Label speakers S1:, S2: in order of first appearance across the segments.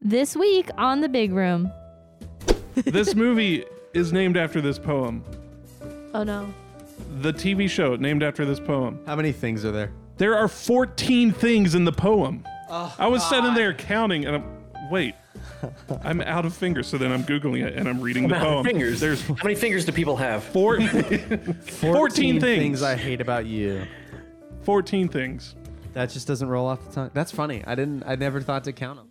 S1: This week on The Big Room.
S2: this movie is named after this poem.
S1: Oh no.
S2: The TV show named after this poem.
S3: How many things are there?
S2: There are 14 things in the poem. I was sitting there counting and I'm, wait, I'm out of fingers. So then I'm Googling it and I'm reading the poem.
S4: fingers.
S2: There's
S4: How many fingers do people have?
S2: four,
S3: 14
S2: 14 things.
S3: I hate about you.
S2: 14 things.
S3: That just doesn't roll off the tongue. That's funny. I didn't. I never thought to count them.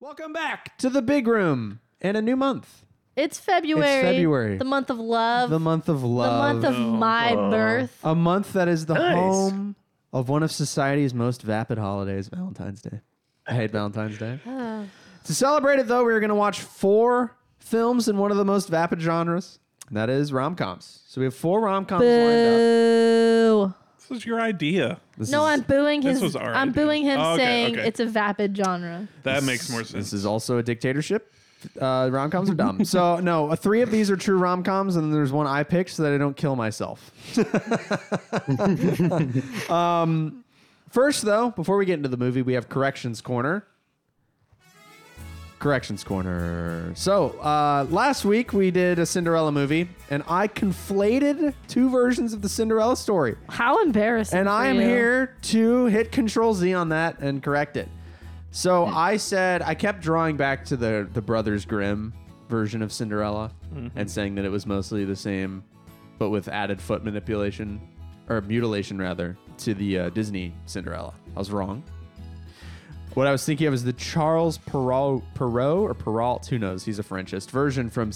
S3: Welcome back to the big room and a new month.
S1: It's February.
S3: February.
S1: The month of love.
S3: The month of
S1: The
S3: love.
S1: month of my birth.
S3: a month that is the
S4: Nice.
S3: home of one of society's most vapid holidays, Valentine's Day. I hate Valentine's Day. To celebrate it, though, we are going to watch four films in one of the most vapid genres. and That is rom coms. So we have four rom coms lined up.
S1: Boo.
S2: This is your idea.
S3: This
S1: No,
S3: is-
S1: I'm booing
S2: this
S1: his.
S2: was our
S1: I'm
S2: idea.
S1: booing him
S2: Oh, okay,
S1: saying
S2: okay.
S1: it's a vapid genre.
S2: That makes more sense.
S3: This is also a dictatorship. Uh, rom coms are dumb. so no, uh, three of these are true rom coms, and then there's one I picked so that I don't kill myself. um, first, though, before we get into the movie, we have corrections corner. Corrections corner. So uh, last week we did a Cinderella movie, and I conflated two versions of the Cinderella story.
S1: How embarrassing.
S3: And
S1: for
S3: I am
S1: you.
S3: here to hit Control Z on that and correct it. So I said I kept drawing back to the the Brothers Grimm version of Cinderella and saying that it was mostly the same, but with added foot manipulation or mutilation rather to the uh, Disney Cinderella. I was wrong. What I was thinking of is the Charles Perrault, Perrault or Perrault, who knows? He's a Frenchist version from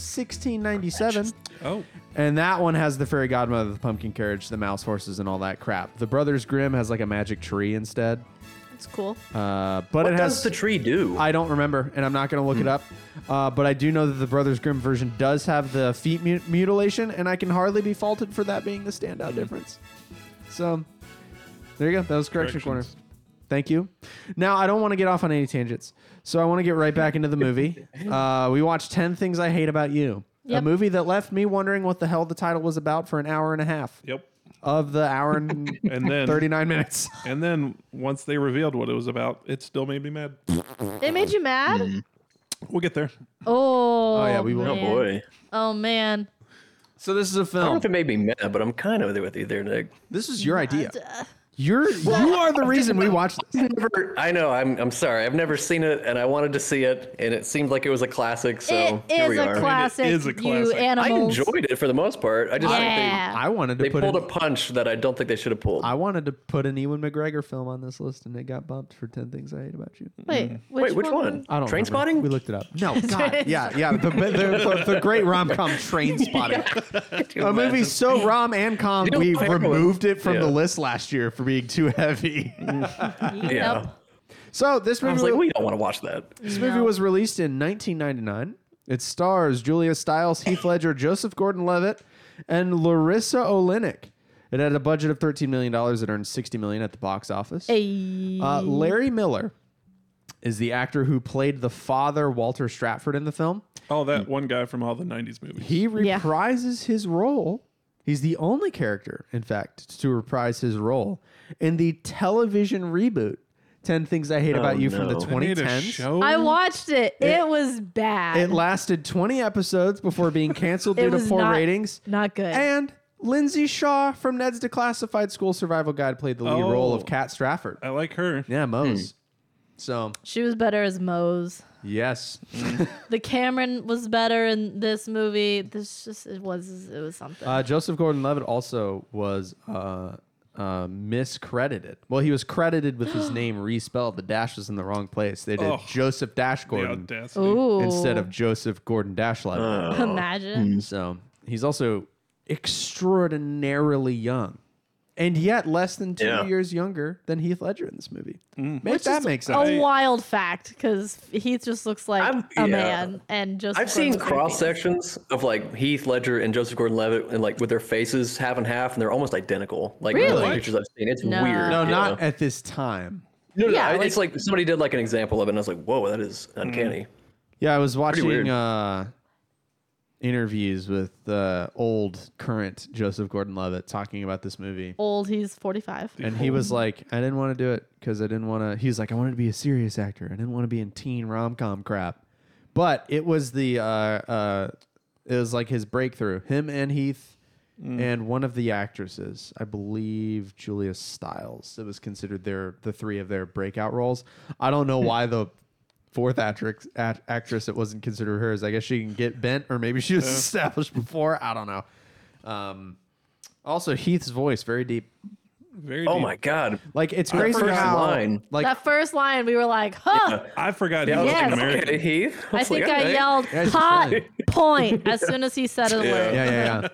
S3: 1697.
S2: Oh,
S3: And that one has the fairy godmother, the pumpkin carriage, the mouse horses, and all that crap. The Brothers Grimm has like a magic tree instead.
S1: It's cool.
S3: Uh, but
S4: What
S3: it
S4: does
S3: has.
S4: the tree do?
S3: I don't remember, and I'm not going to look it up. Uh, but I do know that the Brothers Grimm version does have the feet mu- mutilation, and I can hardly be faulted for that being the standout difference. So there you go. That was correction corner.
S2: Corrections.
S3: Thank you. Now I don't want to get off on any tangents, so I want to get right back into the movie. Uh, we watched Ten Things I Hate About You, a
S1: Yep.
S3: movie that left me wondering what the hell the title was about for an hour and a half
S2: yep.
S3: of the hour and
S2: And then,
S3: thirty-nine minutes.
S2: and then once they revealed what it was about, it still made me mad.
S1: They made you mad.
S2: We'll get there.
S1: Oh.
S3: yeah, we will.
S4: oh
S1: man.
S4: boy.
S1: Oh man.
S3: So this is a
S4: I don't know
S3: film.
S4: if it made me mad, but I'm kind of there with you there, Nick.
S3: This is your idea. You're you are the reason we watched this.
S4: Never- I know. I'm. I'm sorry. I've never seen it, and I wanted to see it, and it seemed like it was a classic. So
S1: it
S4: here
S1: is
S4: we
S1: a
S4: are.
S1: classic.
S2: is a
S1: You
S2: classic. I
S4: I
S1: animals.
S4: enjoyed it for the most part. I just
S1: Yeah.
S4: think
S3: I wanted to
S4: they, they
S3: put
S4: pulled
S3: an,
S4: a punch that I don't think they should have pulled.
S3: I wanted to put an Ewan McGregor film on this list, and it got bumped for Ten Things I Hate About You.
S1: Wait, which
S4: Wait, which
S1: one?
S4: one?
S3: I don't.
S4: Train
S3: remember.
S4: spotting.
S3: We looked it up. No, God, yeah, yeah. The, the, the, the great rom com Train Spotting, a movie so rom and com
S4: You know,
S3: we
S4: I remember-
S3: removed it from the
S4: Yeah.
S3: list last year for being too heavy.
S4: Yeah.
S1: Yep.
S3: so this
S4: I
S3: movie,
S4: was like, we don't want to watch that.
S3: this movie was released in 1999. It stars Julia Stiles, Heath Ledger, Joseph Gordon-Levitt, and Larissa Olenek. It had a budget of 13 million dollars. It earned 60 million at the box office.
S1: Ayy.
S3: Uh, Larry Miller is the actor who played the father Walter Stratford in the film.
S2: Oh, that one guy from all the 90s movies.
S3: He
S1: Yeah.
S3: reprises his role. He's the only character, in fact, to reprise his role in the television reboot 10 Things I Hate About You from the
S4: no.
S2: Oh, They made a
S3: 2010s.
S2: show.
S1: I watched it. It, was bad.
S3: It lasted 20 episodes before being canceled
S1: It
S3: due to
S1: was
S3: poor
S1: not-
S3: ratings.
S1: Not good.
S3: And Lindsay Shaw from Ned's Declassified School Survival Guide played the lead
S2: Oh.
S3: role of Kat Stratford.
S2: I like her.
S3: Yeah, Mose.
S1: Hmm.
S3: So,
S1: she was better as Mose.
S3: yes.
S1: The Cameron was better in this movie. This just it was it was something.
S3: Uh, Joseph Gordon-Levitt also was uh, uh, miscredited. Well, he was credited with his name respelled. The dash was in the wrong place. They did
S2: Oh.
S3: Joseph Dash
S2: The
S3: Gordon
S2: audacity.
S1: Ooh.
S3: instead of Mm. Joseph Gordon Dash Levitt.
S1: imagine.
S3: So he's also extraordinarily young, and yet less than two
S4: Yeah.
S3: years younger than Heath Ledger in this movie. Make that
S1: is
S3: make sense.
S1: A wild fact because he just looks like
S4: I've-
S1: a
S4: yeah.
S1: man and just
S4: I've seen
S1: grows
S4: cross
S1: creepy.
S4: sections of like Heath Ledger and Joseph Gordon-Levitt, and like with their faces half and half, and they're almost identical. Like in all
S3: Really?
S4: the pictures I've seen, it's
S1: No.
S4: weird.
S3: no,
S4: yeah.
S3: not at this time.
S4: no, no,
S1: Yeah,
S4: I- it's like somebody did like an
S3: Mm-hmm.
S4: example of it, and I was like, whoa, that is uncanny.
S3: Yeah, I was watching
S4: weird.
S3: uh interviews with uh, old current Joseph Gordon-Levitt talking about this movie.
S1: Old, he's 45.
S3: And he was like, I didn't want to do it because I didn't want to. He was like, I wanted to be a serious actor. I didn't want to be in teen rom com crap. But it was the, uh, uh, it was like his breakthrough. Him and Heath and one of the actresses, I believe Julia Stiles. It was considered their, the three of their breakout roles. I don't know why the fourth actress, act- actress, it wasn't considered hers. I guess she can get bent or maybe she was established before. I don't know. Um, also, Heath's voice, very deep.
S2: Very
S4: Oh
S2: deep.
S4: my god.
S3: Like it's crazy
S4: first
S3: how
S4: line.
S3: like
S1: that first line, we were like, huh.
S2: I forgot
S4: Yeah, I
S2: he
S4: was
S2: was
S1: Yes.
S2: an
S4: like,
S2: American.
S4: okay, Heath.
S1: I
S4: was
S1: think
S4: like,
S1: I
S4: okay.
S1: yelled
S3: Yeah, it's
S1: hot
S3: fine.
S1: point as soon as he said a word.
S3: yeah yeah yeah.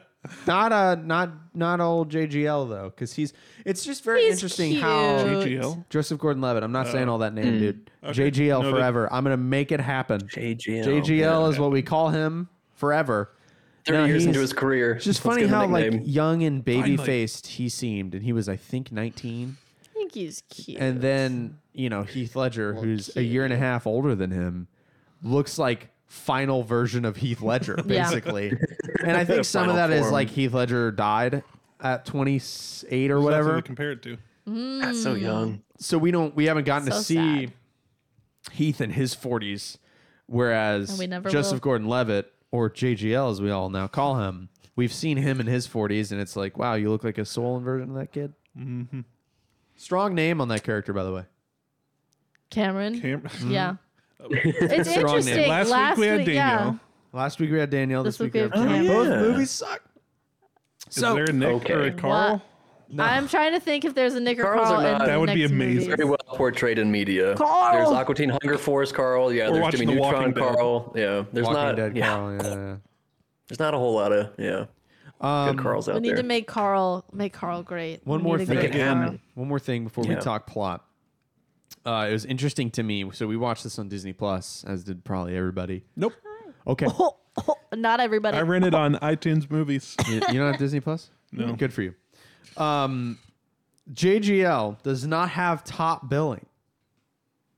S3: Not uh not not old JGL though cuz he's it's just very
S1: He's
S3: interesting
S1: cute.
S3: how
S2: JGL?
S3: Joseph Gordon-Levitt I'm not saying all that
S4: Uh,
S3: name dude.
S2: Okay.
S3: JGL
S2: No, that-
S3: forever. I'm going to make it happen.
S4: JGL.
S3: JGL is what we call him forever.
S4: 30
S3: Now
S4: years
S3: he's-
S4: into his career.
S3: It's just
S4: Let's
S3: funny
S4: give him a
S3: how like
S4: nickname.
S3: young and
S2: Finally.
S3: baby-faced he seemed and he was I think 19
S1: I think he's cute.
S3: and then, you know, Heath Ledger who's a year and a half older than him looks like final version of Heath Ledger,
S1: Yeah.
S3: basically. and I think some of
S4: Final
S3: that is
S4: form.
S3: like Heath Ledger died at 28 or
S2: That's what
S3: whatever.
S2: they compare it to.
S4: That's
S1: Hmm.
S4: so young.
S3: So we don't we haven't gotten
S1: So
S3: to see
S1: sad.
S3: Heath in his 40s, whereas
S1: And we never
S3: Joseph
S1: will.
S3: Gordon-Levitt or JGL as we all now call him. We've seen him in his 40s, and it's like, wow, you look like a soul version of that kid. Mm-hmm. Strong name on that character, by the way.
S1: Cameron.
S2: Cam-
S1: Yeah.
S3: Mm-hmm.
S1: it's
S3: Strong name.
S1: interesting.
S2: Last week we had
S1: yeah.
S2: Danielle.
S3: Last week we had Danielle. This,
S1: This
S3: week
S1: week
S3: we have
S1: we have
S3: Cameron.
S1: Cameron.
S3: Both movies suck.
S2: Is there a Nick or a
S4: Okay.
S2: Carl?
S1: What? I'm trying to think if there's a Nick or
S4: Carl's
S1: Carl.
S4: are
S1: in
S4: not-
S1: the
S4: That
S2: would be
S1: next
S2: amazing.
S1: movies.
S4: Very well portrayed in media.
S1: Carl!
S4: There's Aqua Teen Hunger Force Carl. Yeah, there's
S2: watching
S4: Jimmy
S2: The Walking
S4: Neutron
S2: Dead.
S4: Carl. Yeah, there's
S3: Walking
S4: not.
S3: Dead
S4: yeah,
S3: Carl. Yeah.
S4: there's not a whole lot of yeah.
S3: Um,
S4: good Carls
S1: We
S4: out
S1: need
S4: there.
S1: to make Carl make Carl great.
S3: One
S1: We
S3: more
S1: need to go
S3: thing.
S1: to Carl.
S3: One more thing before
S4: Yeah.
S3: we talk plot. Uh, it was interesting to me. So we watched this on Disney Plus, as did probably everybody.
S2: Nope.
S3: Okay.
S1: Not everybody.
S2: I rent it on iTunes Movies.
S3: you, you don't have Disney Plus?
S2: No.
S3: Good for you. Um, JGL does not have top billing.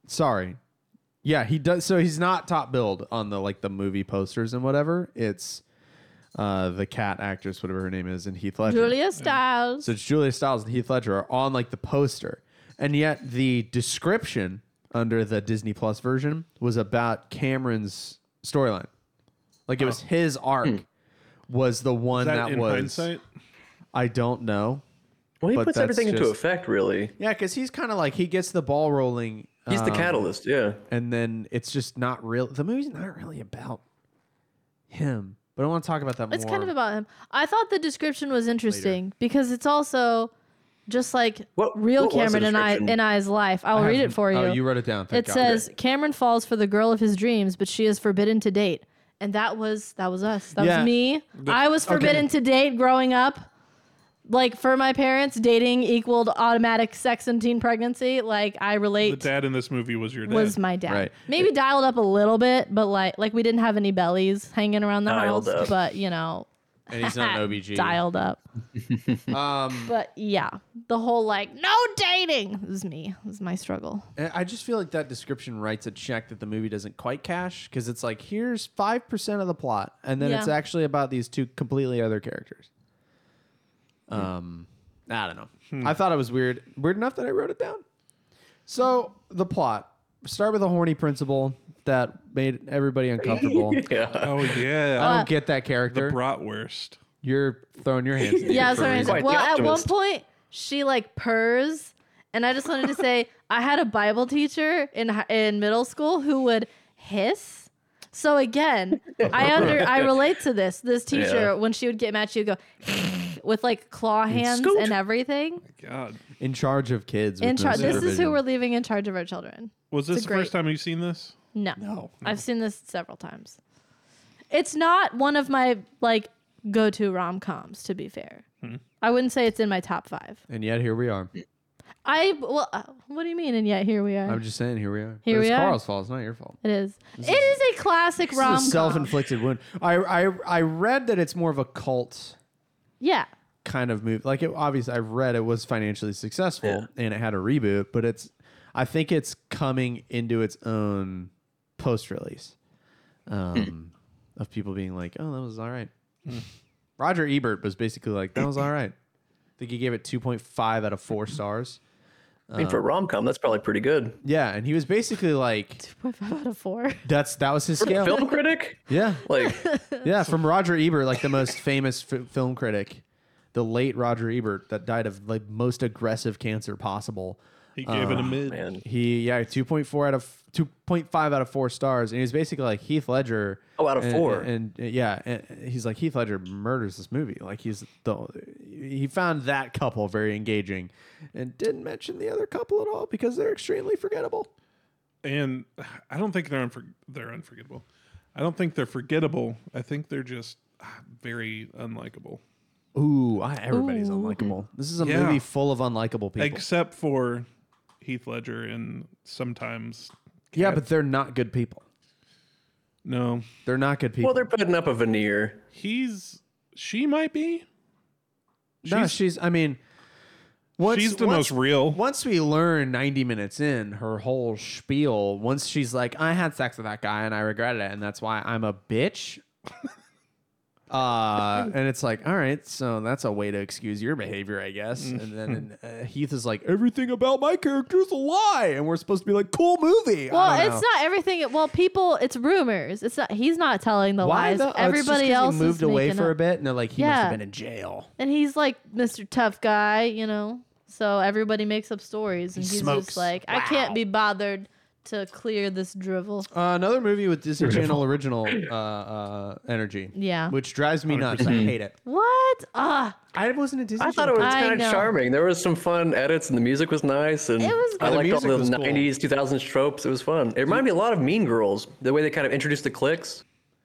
S3: Sorry. Yeah, he does. So he's not top billed on the like the movie posters and whatever. It's uh, the cat actress, whatever her name is, and Heath Ledger.
S1: Julia Stiles.
S3: So it's Julia Stiles and Heath Ledger are on like the poster. And yet the description under the Disney Plus version was about Cameron's storyline. Like it was his arc was the one
S2: That,
S3: that,
S2: in
S3: was
S2: hindsight,
S3: I don't know.
S4: Well, he
S3: But
S4: puts
S3: that's
S4: everything into
S3: just-
S4: effect. Really,
S3: Yeah, cuz he's kind of like he gets the ball rolling
S4: he's the
S3: um,
S4: catalyst. Yeah,
S3: and then it's just not real the movie's not really about him. But I want to talk about that
S1: It's
S3: more.
S1: kind of about him. I thought the description was interesting because it's also just like
S4: What-
S1: real
S4: what was the
S1: Cameron and I
S4: description?
S1: and I's life. I'll read it for you.
S3: Oh, you wrote it down. Thank
S1: it
S3: God.
S1: says Cameron falls for the girl of his dreams, but she is forbidden to date. And that was that was us. That
S3: Yeah.
S1: was me. I was forbidden to date growing up. Like for my parents, dating equaled automatic sex and teen pregnancy. Like I
S2: the
S1: relate
S2: dad in this movie was your dad.
S1: was my dad.
S3: Right.
S1: Maybe dialed up a little bit, but like like we didn't have any bellies hanging around the
S4: Dialed
S1: house.
S4: up.
S1: But you know,
S3: and he's not an OBG.
S1: dialed up.
S3: Um
S1: But yeah, the whole like no dating is me. It was my struggle.
S3: And I just feel like that description writes a check that the movie doesn't quite cash because it's like here's five percent of the plot, and then it's
S1: Yeah.
S3: actually about these two completely other characters. Um, I don't know. I thought it was weird, weird enough that I wrote it down. So the plot start with a horny principal that made everybody uncomfortable.
S4: yeah.
S2: oh
S3: I
S2: yeah,
S3: don't get that character.
S2: bratwurst.
S3: You're throwing your hands. in the air
S1: Yeah,
S3: for a
S1: sorry.
S3: reason.
S4: Quite the
S1: Well, at one
S4: optimist.
S1: point she like purrs, and I just wanted to say I had a Bible teacher in hi- in middle school who would hiss. So again, I under I relate to this. This teacher
S4: Yeah.
S1: when she would get mad, she would go with like claw hands
S4: Scoot.
S1: and everything.
S2: God,
S3: In charge of kids. with
S1: In
S3: no
S1: charge. This is who
S3: supervision.
S1: we're leaving in charge of our children.
S2: was this
S1: a
S2: the
S1: great-
S2: first time you've seen this?
S1: No.
S3: No.
S1: I've seen this several times. It's not one of my like go-to rom-coms to be fair. I wouldn't say it's in my top 5.
S3: And yet here we are.
S1: I well uh, what do you mean and yet here we are.
S3: I'm just saying, here we are.
S1: Here
S3: but it's
S1: we are.
S3: Carl's fault. It's not your fault.
S1: it is. It is a classic
S3: It's a
S1: rom-com.
S3: self-inflicted wound. I, I I read that it's more of a cult
S1: Yeah.
S3: kind of movie. Like it obviously I read it was financially successful
S4: Yeah.
S3: and it had a reboot, but it's I think it's coming into its own post-release. Um
S4: Hmm.
S3: of people being like, "Oh, that was all right." Roger Ebert was basically like, "That was all right." I think he gave it 2.5 out of 4 stars.
S4: I mean, for a
S3: uh,
S4: rom com, that's probably pretty good.
S3: Yeah, and he was basically like,
S1: Two point five out of four.
S3: "That's that was his scale."
S4: Film critic?
S3: Yeah.
S4: Like,
S3: Yeah, from Roger Ebert, like the most famous f- film critic, the late Roger Ebert that died of the most aggressive cancer possible.
S2: He gave
S3: Oh,
S2: it a mid.
S4: man.
S3: He yeah, two point four out of two point five out of four stars, and he was basically like Heath Ledger.
S4: Oh, out of
S3: and-
S4: four.
S3: and, and- yeah, and he's like Heath Ledger murders this movie. Like he's the he found that couple very engaging, and didn't mention the other couple at all because they're extremely forgettable.
S2: and I don't think they're unfor- they're unforgettable. I don't think they're forgettable. I think they're just ah, very unlikable.
S3: Ooh, I, everybody's
S1: Ooh.
S3: unlikable. This is a
S2: Yeah.
S3: movie full of unlikable people.
S2: Except for Heath Ledger and sometimes
S3: yeah, but they're not good people.
S2: no.
S3: They're not good people.
S4: Well, they're putting up a veneer.
S2: He's she might be.
S3: no,
S2: She's-
S3: she's. I mean, once,
S2: she's the
S3: once-
S2: most real.
S3: Once we learn 90 minutes in her whole spiel, once she's like, "I had sex with that guy and I regretted it, and that's why I'm a bitch," uh, and it's like, "All right, so that's a way to excuse your behavior, I guess."
S2: Mm.
S3: and then uh, Heath is like, "Everything about my character is a lie," and we're supposed to be like, "Cool movie." I
S1: Well,
S3: don't
S1: it's
S3: know.
S1: not everything. Well, people, it's rumors. It's not. He's not telling the
S3: Why
S1: lies.
S3: the, oh, it's just
S1: Everybody
S3: 'cause he
S1: else
S3: moved
S1: is
S3: away
S1: making
S3: for a
S1: up-
S3: bit, and they're like, "He must
S1: Yeah.
S3: have been in jail."
S1: And he's like Mr. Tough Guy, you know. So everybody makes up stories, and
S3: He
S1: he's
S3: smokes.
S1: just like, I
S3: Wow.
S1: can't be bothered to clear this drivel.
S3: Uh, another movie with Disney Channel original uh, uh, energy.
S1: Yeah.
S3: Which drives me nuts. I hate it.
S1: What? Ah,
S3: I wasn't a Disney
S4: I thought it was
S1: I
S4: kind of
S1: know.
S4: charming. There was some fun edits, and the music was nice, and
S1: It was
S4: I
S1: good.
S4: liked all
S3: music
S4: the
S3: was cool.
S4: '90s, 2000s tropes. It was fun. It reminded me a lot of Mean Girls, the way they kind of introduced the cliques.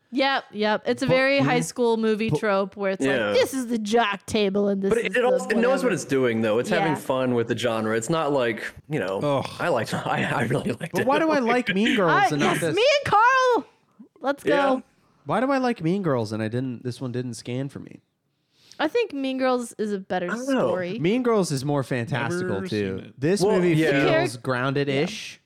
S1: yep, yep. It's a very high school movie trope where it's
S4: Yeah.
S1: like, this is the jock table, and this.
S4: But
S1: is
S4: it,
S1: the
S4: it, also, it knows
S1: whatever."
S4: what it's doing, though. It's having
S1: Yeah.
S4: fun with the genre. It's not like you know.
S2: Ugh.
S4: I liked. I, I really liked
S3: But
S4: it.
S3: why do I like Mean Girls
S1: I,
S3: and not
S1: yes,
S3: this?
S1: me and Carl. Let's go.
S4: Yeah.
S3: why do I like Mean Girls and I didn't? This one didn't scan for me.
S1: I think Mean Girls is a better
S4: don't know.
S1: story.
S3: Mean Girls is more fantastical
S2: Never seen
S3: too.
S2: it.
S3: This
S4: Well,
S3: movie
S4: yeah.
S3: feels grounded-ish,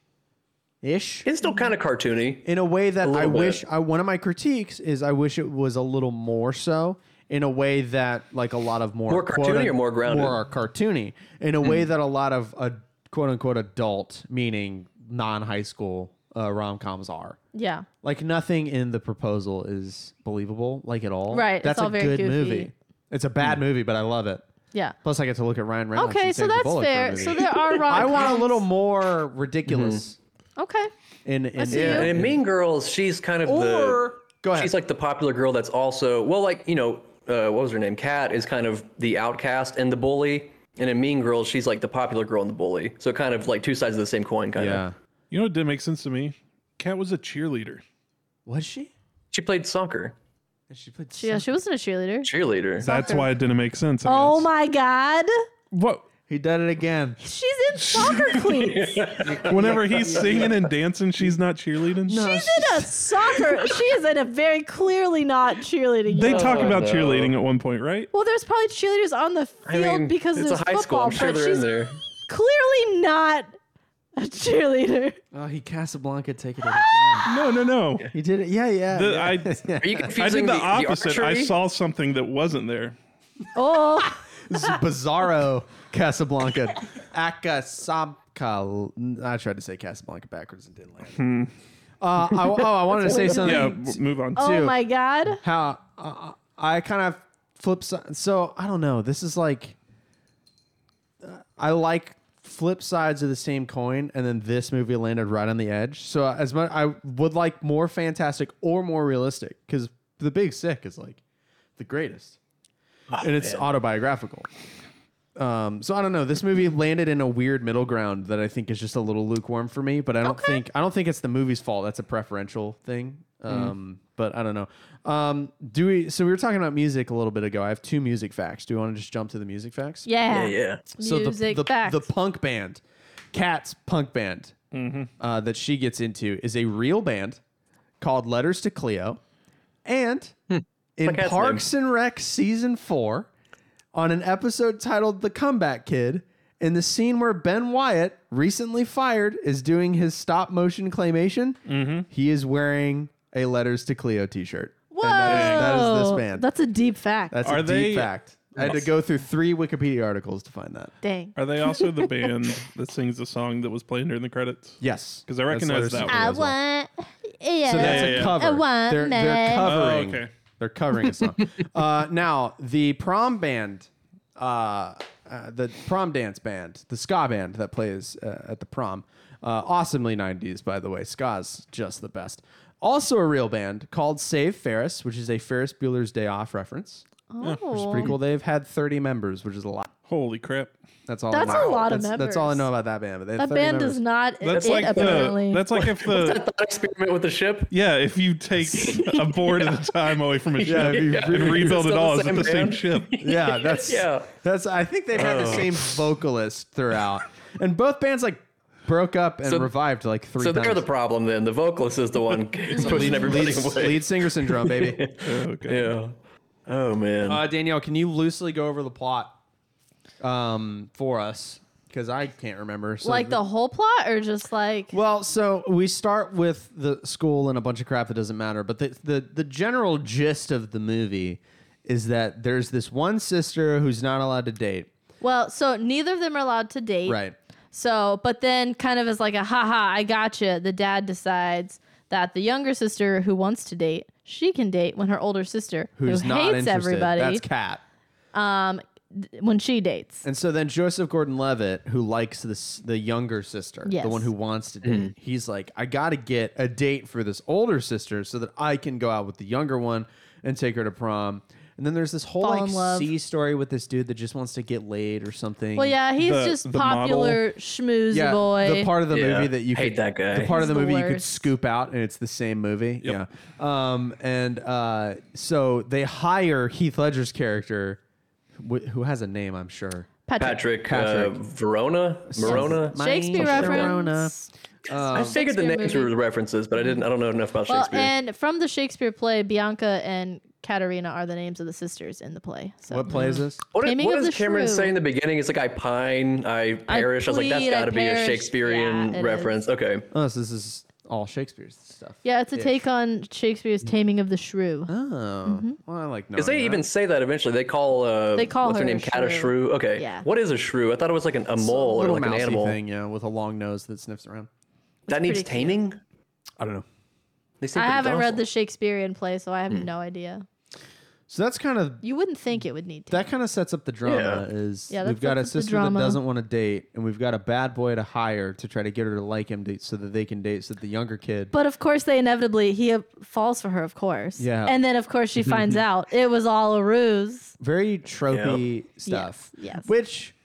S3: ish,
S4: It's still kind of cartoony.
S3: in a way that I
S4: little bit.
S3: wish. I one of my critiques is I wish it was a little more so. In a way that, like a lot of more
S4: More
S3: quote
S4: cartoony
S3: un-
S4: or more grounded? Mm.
S3: more cartoony. In a way that a lot of uh, quote unquote adult, meaning non high school uh, rom coms are.
S1: Yeah.
S3: Like nothing in the proposal is believable, like at all.
S1: Right, it's
S3: That's
S1: all
S3: a
S1: very
S3: good
S1: goofy.
S3: movie. It's a bad
S4: Mm.
S3: movie, but I love it.
S1: Yeah.
S3: Plus, I get to look at Ryan Reynolds.
S1: Okay,
S3: and
S1: so
S3: Sandra
S1: that's
S3: Bullock for a
S1: fair.
S3: movie.
S1: So there are rom.
S3: I want a little more ridiculous
S4: Mm-hmm.
S1: Okay.
S3: in in,
S1: see
S4: Yeah,
S1: Yeah.
S4: and in Mean Girls, she's kind of
S3: or go
S4: the
S3: ahead.
S4: she's like the popular girl that's also well, like you know, uh, what was her name? Kat is kind of the outcast and the bully, and in Mean Girls, she's like the popular girl and the bully. So kind of like two sides of the same coin, kind
S3: yeah.
S4: of.
S2: You know what didn't make sense to me? Cat was a cheerleader.
S3: Was she?
S4: She played soccer,
S3: She played.
S1: She, yeah, she wasn't a cheerleader.
S4: cheerleader.
S2: That's why it didn't make sense. I
S1: Oh
S2: guess.
S1: my god.
S2: What?
S3: He did it again.
S1: She's in soccer cleats.
S2: Whenever he's singing and dancing, she's not cheerleading.
S3: No,
S1: She's in a soccer. She is in a very clearly not cheerleading.
S2: They
S1: uniform.
S2: talk about
S4: no.
S2: cheerleading at one point, right?
S1: well, there's probably cheerleaders on the
S4: I
S1: field
S4: mean,
S1: because
S4: it's a
S1: there's
S4: high school.
S1: football,
S4: I'm sure
S1: but
S4: they're in
S1: she's
S4: there.
S1: clearly not a cheerleater.
S3: Oh, he Casablanca take it again.
S2: No, no, no.
S3: he did it. Yeah, yeah.
S2: The-
S3: yeah.
S2: I,
S4: Are you
S2: I
S4: confusing
S2: did the
S4: the,
S2: opposite.
S4: The
S2: I
S4: archery?
S2: saw something that wasn't there.
S1: Oh,
S3: This is bizarro Casablanca. Akasabka. I tried to say Casablanca backwards and didn't land. Uh, I, oh, I wanted to say something.
S2: Hmm. Yeah, w- move on.
S1: oh
S3: Two.
S1: my god.
S3: How uh, I kind of flip. si- So I don't know. This is like uh, I like flip sides of the same coin, and then this movie landed right on the edge. So uh, as much I would like more fantastic or more realistic because The Big Sick is like the greatest, and it's autobiographical. Um, so I don't know. This movie landed in a weird middle ground that I think is just a little lukewarm for me. But I don't think I don't think it's the movie's fault. That's a preferential thing. Um, but I don't know. Um, do we? So we were talking about music a little bit ago. I have two music facts. Do we want to just jump to the music facts?
S1: Yeah.
S4: Yeah, yeah.
S3: So
S1: Music
S3: the the,
S1: facts.
S3: the punk band, Cat's punk band,
S2: Mm-hmm.
S3: uh, that she gets into is a real band called Letters to Cleo, and in
S4: My cat's
S3: Parks and Rec season four, on an episode titled "The Comeback Kid." In the scene where Ben Wyatt, recently fired, is
S2: Mm-hmm.
S3: doing his stop motion claymation, he is wearing a Letters to Cleo t shirt.
S1: What? Whoa.
S3: that is this band.
S1: That's a deep fact.
S3: That's
S2: Are
S3: a
S2: they-
S3: deep fact. I had to go through three Wikipedia articles to find that.
S1: Dang.
S2: Are they also the band that sings the song that was playing during the credits?
S3: Yes,
S2: 'Cause I recognize that one.
S1: I
S3: one.
S1: want. Yeah.
S3: So that's
S2: Yeah, yeah,
S3: a
S2: yeah.
S3: cover.
S1: I want
S3: they're, they're
S1: that.
S3: covering.
S2: Oh, okay.
S3: They're covering a song. uh, now the prom band, uh, uh, the prom dance band, the ska band that plays uh, at the prom, uh, awesomely '90s by the way. Ska's just the best. Also a real band called Save Ferris, which is a Ferris Bueller's Day Off reference. It's
S1: oh.
S3: pretty cool. They've had 30 members, which is a lot.
S2: Holy crap!
S3: That's all.
S1: That's
S3: I know.
S1: a lot of
S3: that's, That's all I
S1: members.
S3: know about that band. But they had
S1: That
S3: 30
S1: band
S3: members.
S1: does not
S2: That's
S1: it
S2: like
S1: apparently.
S2: the. That's like if the.
S4: Thought experiment with the ship.
S2: Yeah, if you take a board at a time away from a ship
S3: if you
S2: and rebuild it
S4: Still
S2: all, is
S4: the
S2: it
S4: same
S2: the same
S4: band?
S2: ship?
S3: Yeah, that's
S4: Yeah.
S3: That's I think they've had the same vocalist throughout, and both bands like broke up and
S4: So-
S3: revived like three.
S4: So
S3: times.
S4: they're the problem then. The vocalist is the one who's pushing everybody
S3: lead,
S4: away.
S3: lead singer syndrome, baby.
S2: Okay.
S4: Yeah. Oh man.
S3: uh, Danielle, can you loosely go over the plot um, for us? Because I can't remember. So
S1: like the whole plot or just like
S3: Well, so we start with the school and a bunch of crap that doesn't matter, but the the, the general gist of the movie is that there's this one sister who's not allowed to date.
S1: well, so neither of them are allowed to date.
S3: Right.
S1: So, but then kind of as like a haha, I gotcha. The dad decides that the younger sister who wants to date, she can date when her older sister,
S3: Who's
S1: who
S3: not
S1: hates
S3: interested.
S1: everybody,
S3: That's Cat.
S1: when she dates.
S3: And so then Joseph Gordon-Levitt, who likes this the younger sister,
S1: Yes.
S3: the one who wants to date,
S4: Mm-hmm.
S3: he's like, I gotta get a date for this older sister so that I can go out with the younger one and take her to prom. And then there's this whole
S1: Fall
S3: like
S1: in love.
S3: C story with this dude that just wants to get laid or something.
S1: Well, yeah, he's
S2: The-
S1: just
S2: the
S1: popular schmooze
S3: Yeah,
S1: boy.
S3: the part of the
S4: Yeah.
S3: movie that you
S4: Hate
S3: could,
S4: that guy.
S3: The part of the,
S1: He's the
S3: movie you could
S1: worst.
S3: scoop out, and it's the same movie.
S2: Yep.
S3: Yeah. Um, and uh, so they hire Heath Ledger's character, wh- who has a name, I'm sure.
S1: Patrick.
S4: Patrick,
S3: Patrick.
S4: Uh, Verona, Verona.
S3: My
S1: Shakespeare
S3: name's
S1: reference.
S3: Verona.
S4: I figured the
S1: Shakespeare
S4: names
S1: movie.
S4: were the references, but I didn't. I don't know enough about
S1: Well,
S4: Shakespeare.
S1: and from the Shakespeare play, Bianca and Katerina are the names of the sisters in the play. So.
S3: What play is this?
S4: what
S1: Taming
S4: what
S1: of
S4: does
S1: the
S4: Cameron
S1: Shrew.
S4: say in the beginning? It's like I pine, I perish. I, was like, that's
S1: plead, I
S4: got to be a
S1: perish.
S4: Shakespearean
S1: Yeah, it
S4: reference. Okay.
S3: Oh, so this is all Shakespeare's stuff.
S1: Yeah, it's a
S3: Ish.
S1: take Mm-hmm. on Shakespeare's Taming of the Shrew.
S3: Oh, well, I like.
S4: Because they
S3: knowing
S4: even
S3: that.
S4: say that eventually. They call uh,
S1: They call
S4: what's
S1: her
S4: her
S1: a
S4: name cat a
S1: shrew.
S4: shrew. Okay.
S1: Yeah.
S4: What is a shrew? I thought it was like an a mole or
S3: little
S4: like an
S3: mousy
S4: animal
S3: thing, yeah, with a long nose that sniffs around.
S4: that needs
S1: pretty cute.
S4: taming.
S3: I don't know.
S4: They seem
S1: I
S4: pretty
S1: haven't read
S4: docile.
S1: the Shakespearean play, so I have no idea.
S3: So that's kind of
S1: You wouldn't think it would need to.
S3: that kind of sets up the drama. Is
S1: Yeah, that
S3: we've got a
S1: sets up the
S3: sister that
S1: drama.
S3: doesn't want to date, and we've got a bad boy to hire to try to get her to like him, to, so that they can date, so that the younger kid.
S1: But of course, they inevitably he uh, falls for her, of course.
S3: Yeah.
S1: And then of course she finds out it was all a ruse.
S3: very tropey stuff.
S1: Yes, yes.
S3: Which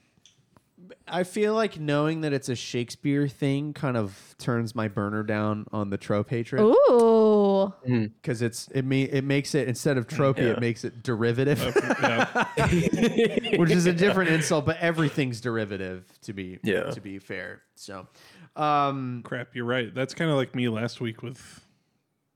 S3: I feel like knowing that it's a Shakespeare thing kind of turns my burner down on the trope hatred.
S1: Ooh.
S3: because it's it me it makes it instead of tropey it makes it derivative, which is a different insult. But everything's derivative to be
S4: Yeah.
S3: to be fair. So, um,
S2: Crap, you're right. That's kind of like me last week with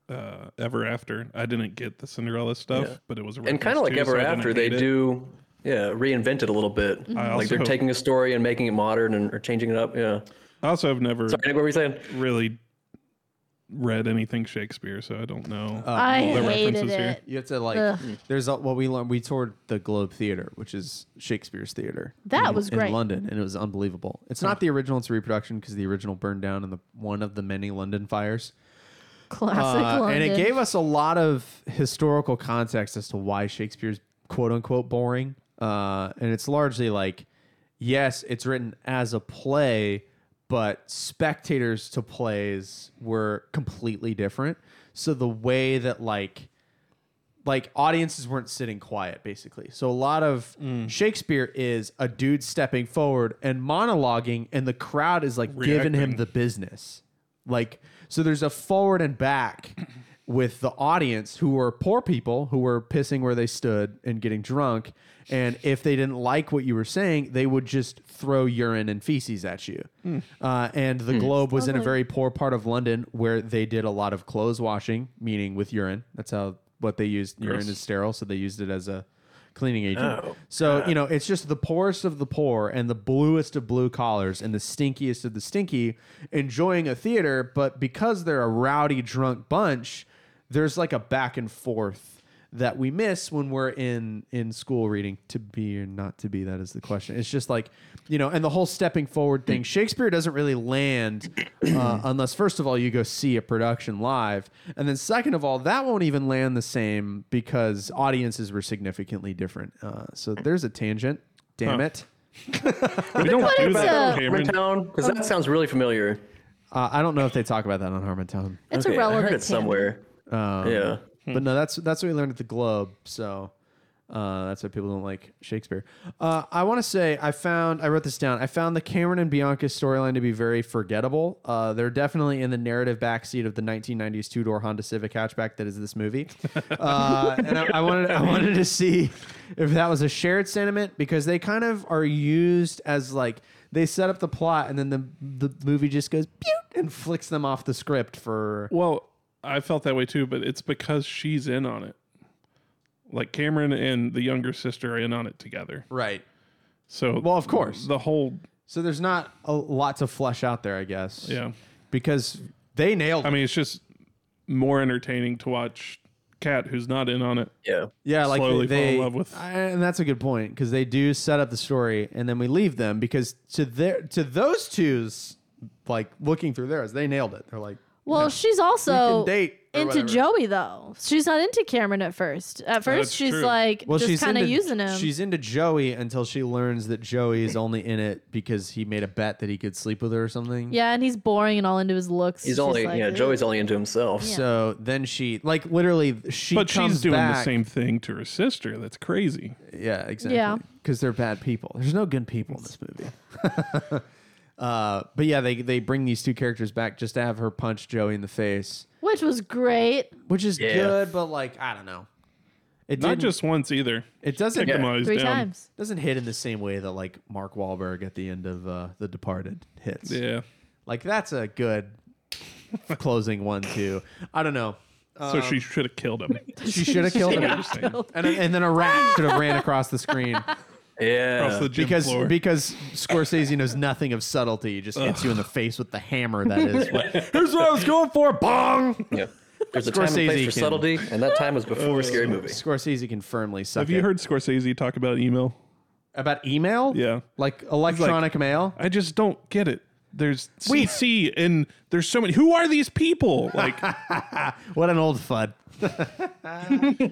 S2: uh, Ever After. I didn't get the Cinderella stuff, but it was a
S4: and kind
S2: reference
S4: of like
S2: too, so
S4: ever
S2: I didn't
S4: after they
S2: hate it.
S4: do yeah reinvent it a little bit
S1: Mm-hmm.
S2: I
S4: like they're
S2: also-
S4: taking a story and making it modern and or changing it up yeah
S2: I also have never
S4: Sorry, Nick, what were you saying
S2: really read anything Shakespeare, so I don't know.
S4: Uh,
S1: I
S2: all the
S1: hated
S2: references here.
S1: it.
S3: you have to like
S1: Ugh.
S3: there's a, what we learned. We toured the Globe Theater, which is Shakespeare's theater.
S1: That
S3: in-
S1: was great.
S3: in London, and it was unbelievable. It's not the original; it's a reproduction because the original burned down in the one of the many London fires.
S1: Classic
S3: Uh,
S1: London.
S3: and it gave us a lot of historical context as to why Shakespeare's quote unquote boring. Uh, and it's largely like, yes, it's written as a play, but spectators to plays were completely different. So the way that like like audiences weren't sitting quiet basically. So a lot of Shakespeare is a dude stepping forward and monologuing and the crowd is like giving him
S2: Reacting.
S3: the business. Like so there's a forward and back with the audience who were poor people who were pissing where they stood and getting drunk and if they didn't like what you were saying they would just throw urine and feces at you uh, and the globe was in a very poor part of london where they did a lot of clothes washing meaning with urine that's how what they used urine is sterile so they used it as a cleaning agent. so, you know, it's just the poorest of the poor and the bluest of blue collars and the stinkiest of the stinky enjoying a theater, but because they're a rowdy drunk bunch, there's like a back and forth that we miss when we're in in school reading to be or not to be that is the question it's just like you know and the whole stepping forward thing shakespeare doesn't really land uh, unless first of all you go see a production live and then second of all that won't even land the same because audiences were significantly different uh, so there's a tangent damn
S2: Huh.
S3: it
S2: we don't
S1: What
S2: do
S1: is
S2: that,
S1: a-
S2: Cameron.
S4: because
S1: Oh.
S4: that sounds really familiar.
S3: uh, i don't know if they talk about that on harmontown
S1: It's
S4: Okay,
S1: irrelevant.
S4: I heard it
S1: Tammy.
S4: somewhere.
S2: Um,
S4: yeah.
S3: But no, that's that's what we learned at the Globe. So uh, that's why people don't like Shakespeare. Uh, I want to say I found I wrote this down. I found the Cameron and Bianca storyline to be very forgettable. Uh, they're definitely in the narrative backseat of the 1990s two door Honda Civic hatchback that is this movie. Uh, and I, I wanted I wanted to see if that was a shared sentiment because they kind of are used as like they set up the plot and then the the movie just goes pew and flicks them off the script for
S2: Well, I felt that way too, but it's because she's in on it. Like Cameron and the younger sister are in on it together.
S3: right.
S2: So
S3: Well, of course.
S2: the whole
S3: So there's not a lot to flesh out there, I guess.
S2: yeah.
S3: Because they nailed.
S2: I mean, it's just more entertaining to watch Kat, who's not in on it.
S4: Yeah.
S3: yeah, like
S2: slowly
S3: they,
S2: fall in
S3: they-
S2: love with-
S3: I- and that's a good point because they do set up the story, and then we leave them because to their to those two's like looking through theirs, they nailed it. They're like
S1: Well, she's also
S3: date or
S1: into
S3: whatever.
S1: Joey though. She's not into Cameron at first. At first,
S2: that's
S1: she's
S2: true.
S1: like
S3: well, she's
S1: just kind of
S3: into-
S1: using him.
S3: She's into Joey until she learns that Joey is only in it because he made a bet that he could sleep with her or something.
S1: yeah, and he's boring and all into his looks.
S4: He's
S1: She's
S4: only
S1: like,
S4: yeah.
S1: "Ugh."
S4: Joey's only into himself.
S3: So then she like literally she
S2: But
S3: comes
S2: she's doing the
S3: back-
S2: same thing to her sister. That's crazy.
S3: Yeah, exactly.
S1: Yeah.
S3: Because they're bad people. There's no good people in this movie. uh, but yeah, they, they bring these two characters back just to have her punch Joey in the face,
S1: which was great.
S3: which is
S4: Yeah.
S3: good, but like, I don't know. It,
S2: Not
S3: didn't,
S2: just once either.
S3: it doesn't,
S2: Come on, he's
S1: Three
S2: down.
S1: times.
S3: doesn't hit in the same way that like Mark Wahlberg at the end of uh, The Departed hits.
S2: Yeah.
S3: Like, that's a good closing one, too. I don't know.
S2: So
S3: Um,
S2: she should have killed him.
S3: She should have killed
S2: I
S3: him.
S2: understand.
S3: And, and then a rat should have ran across the screen.
S4: Yeah.
S2: Across the gym
S3: because
S2: floor.
S3: because Scorsese knows nothing of subtlety. He just hits you in the face with the hammer. That is. What, here's what I was going for. Bong.
S4: yeah. There's a time and
S3: Scorsese
S4: place for
S3: can-
S4: subtlety, and that time was before
S2: Oh.
S4: Scary Movie.
S3: Scorsese can firmly suck.
S2: have you
S3: it.
S2: heard Scorsese talk about email?
S3: about email?
S2: Yeah.
S3: like electronic mail.
S2: I just don't get it. There's CC and there's so many. Who are these people? Like
S3: What an old fud.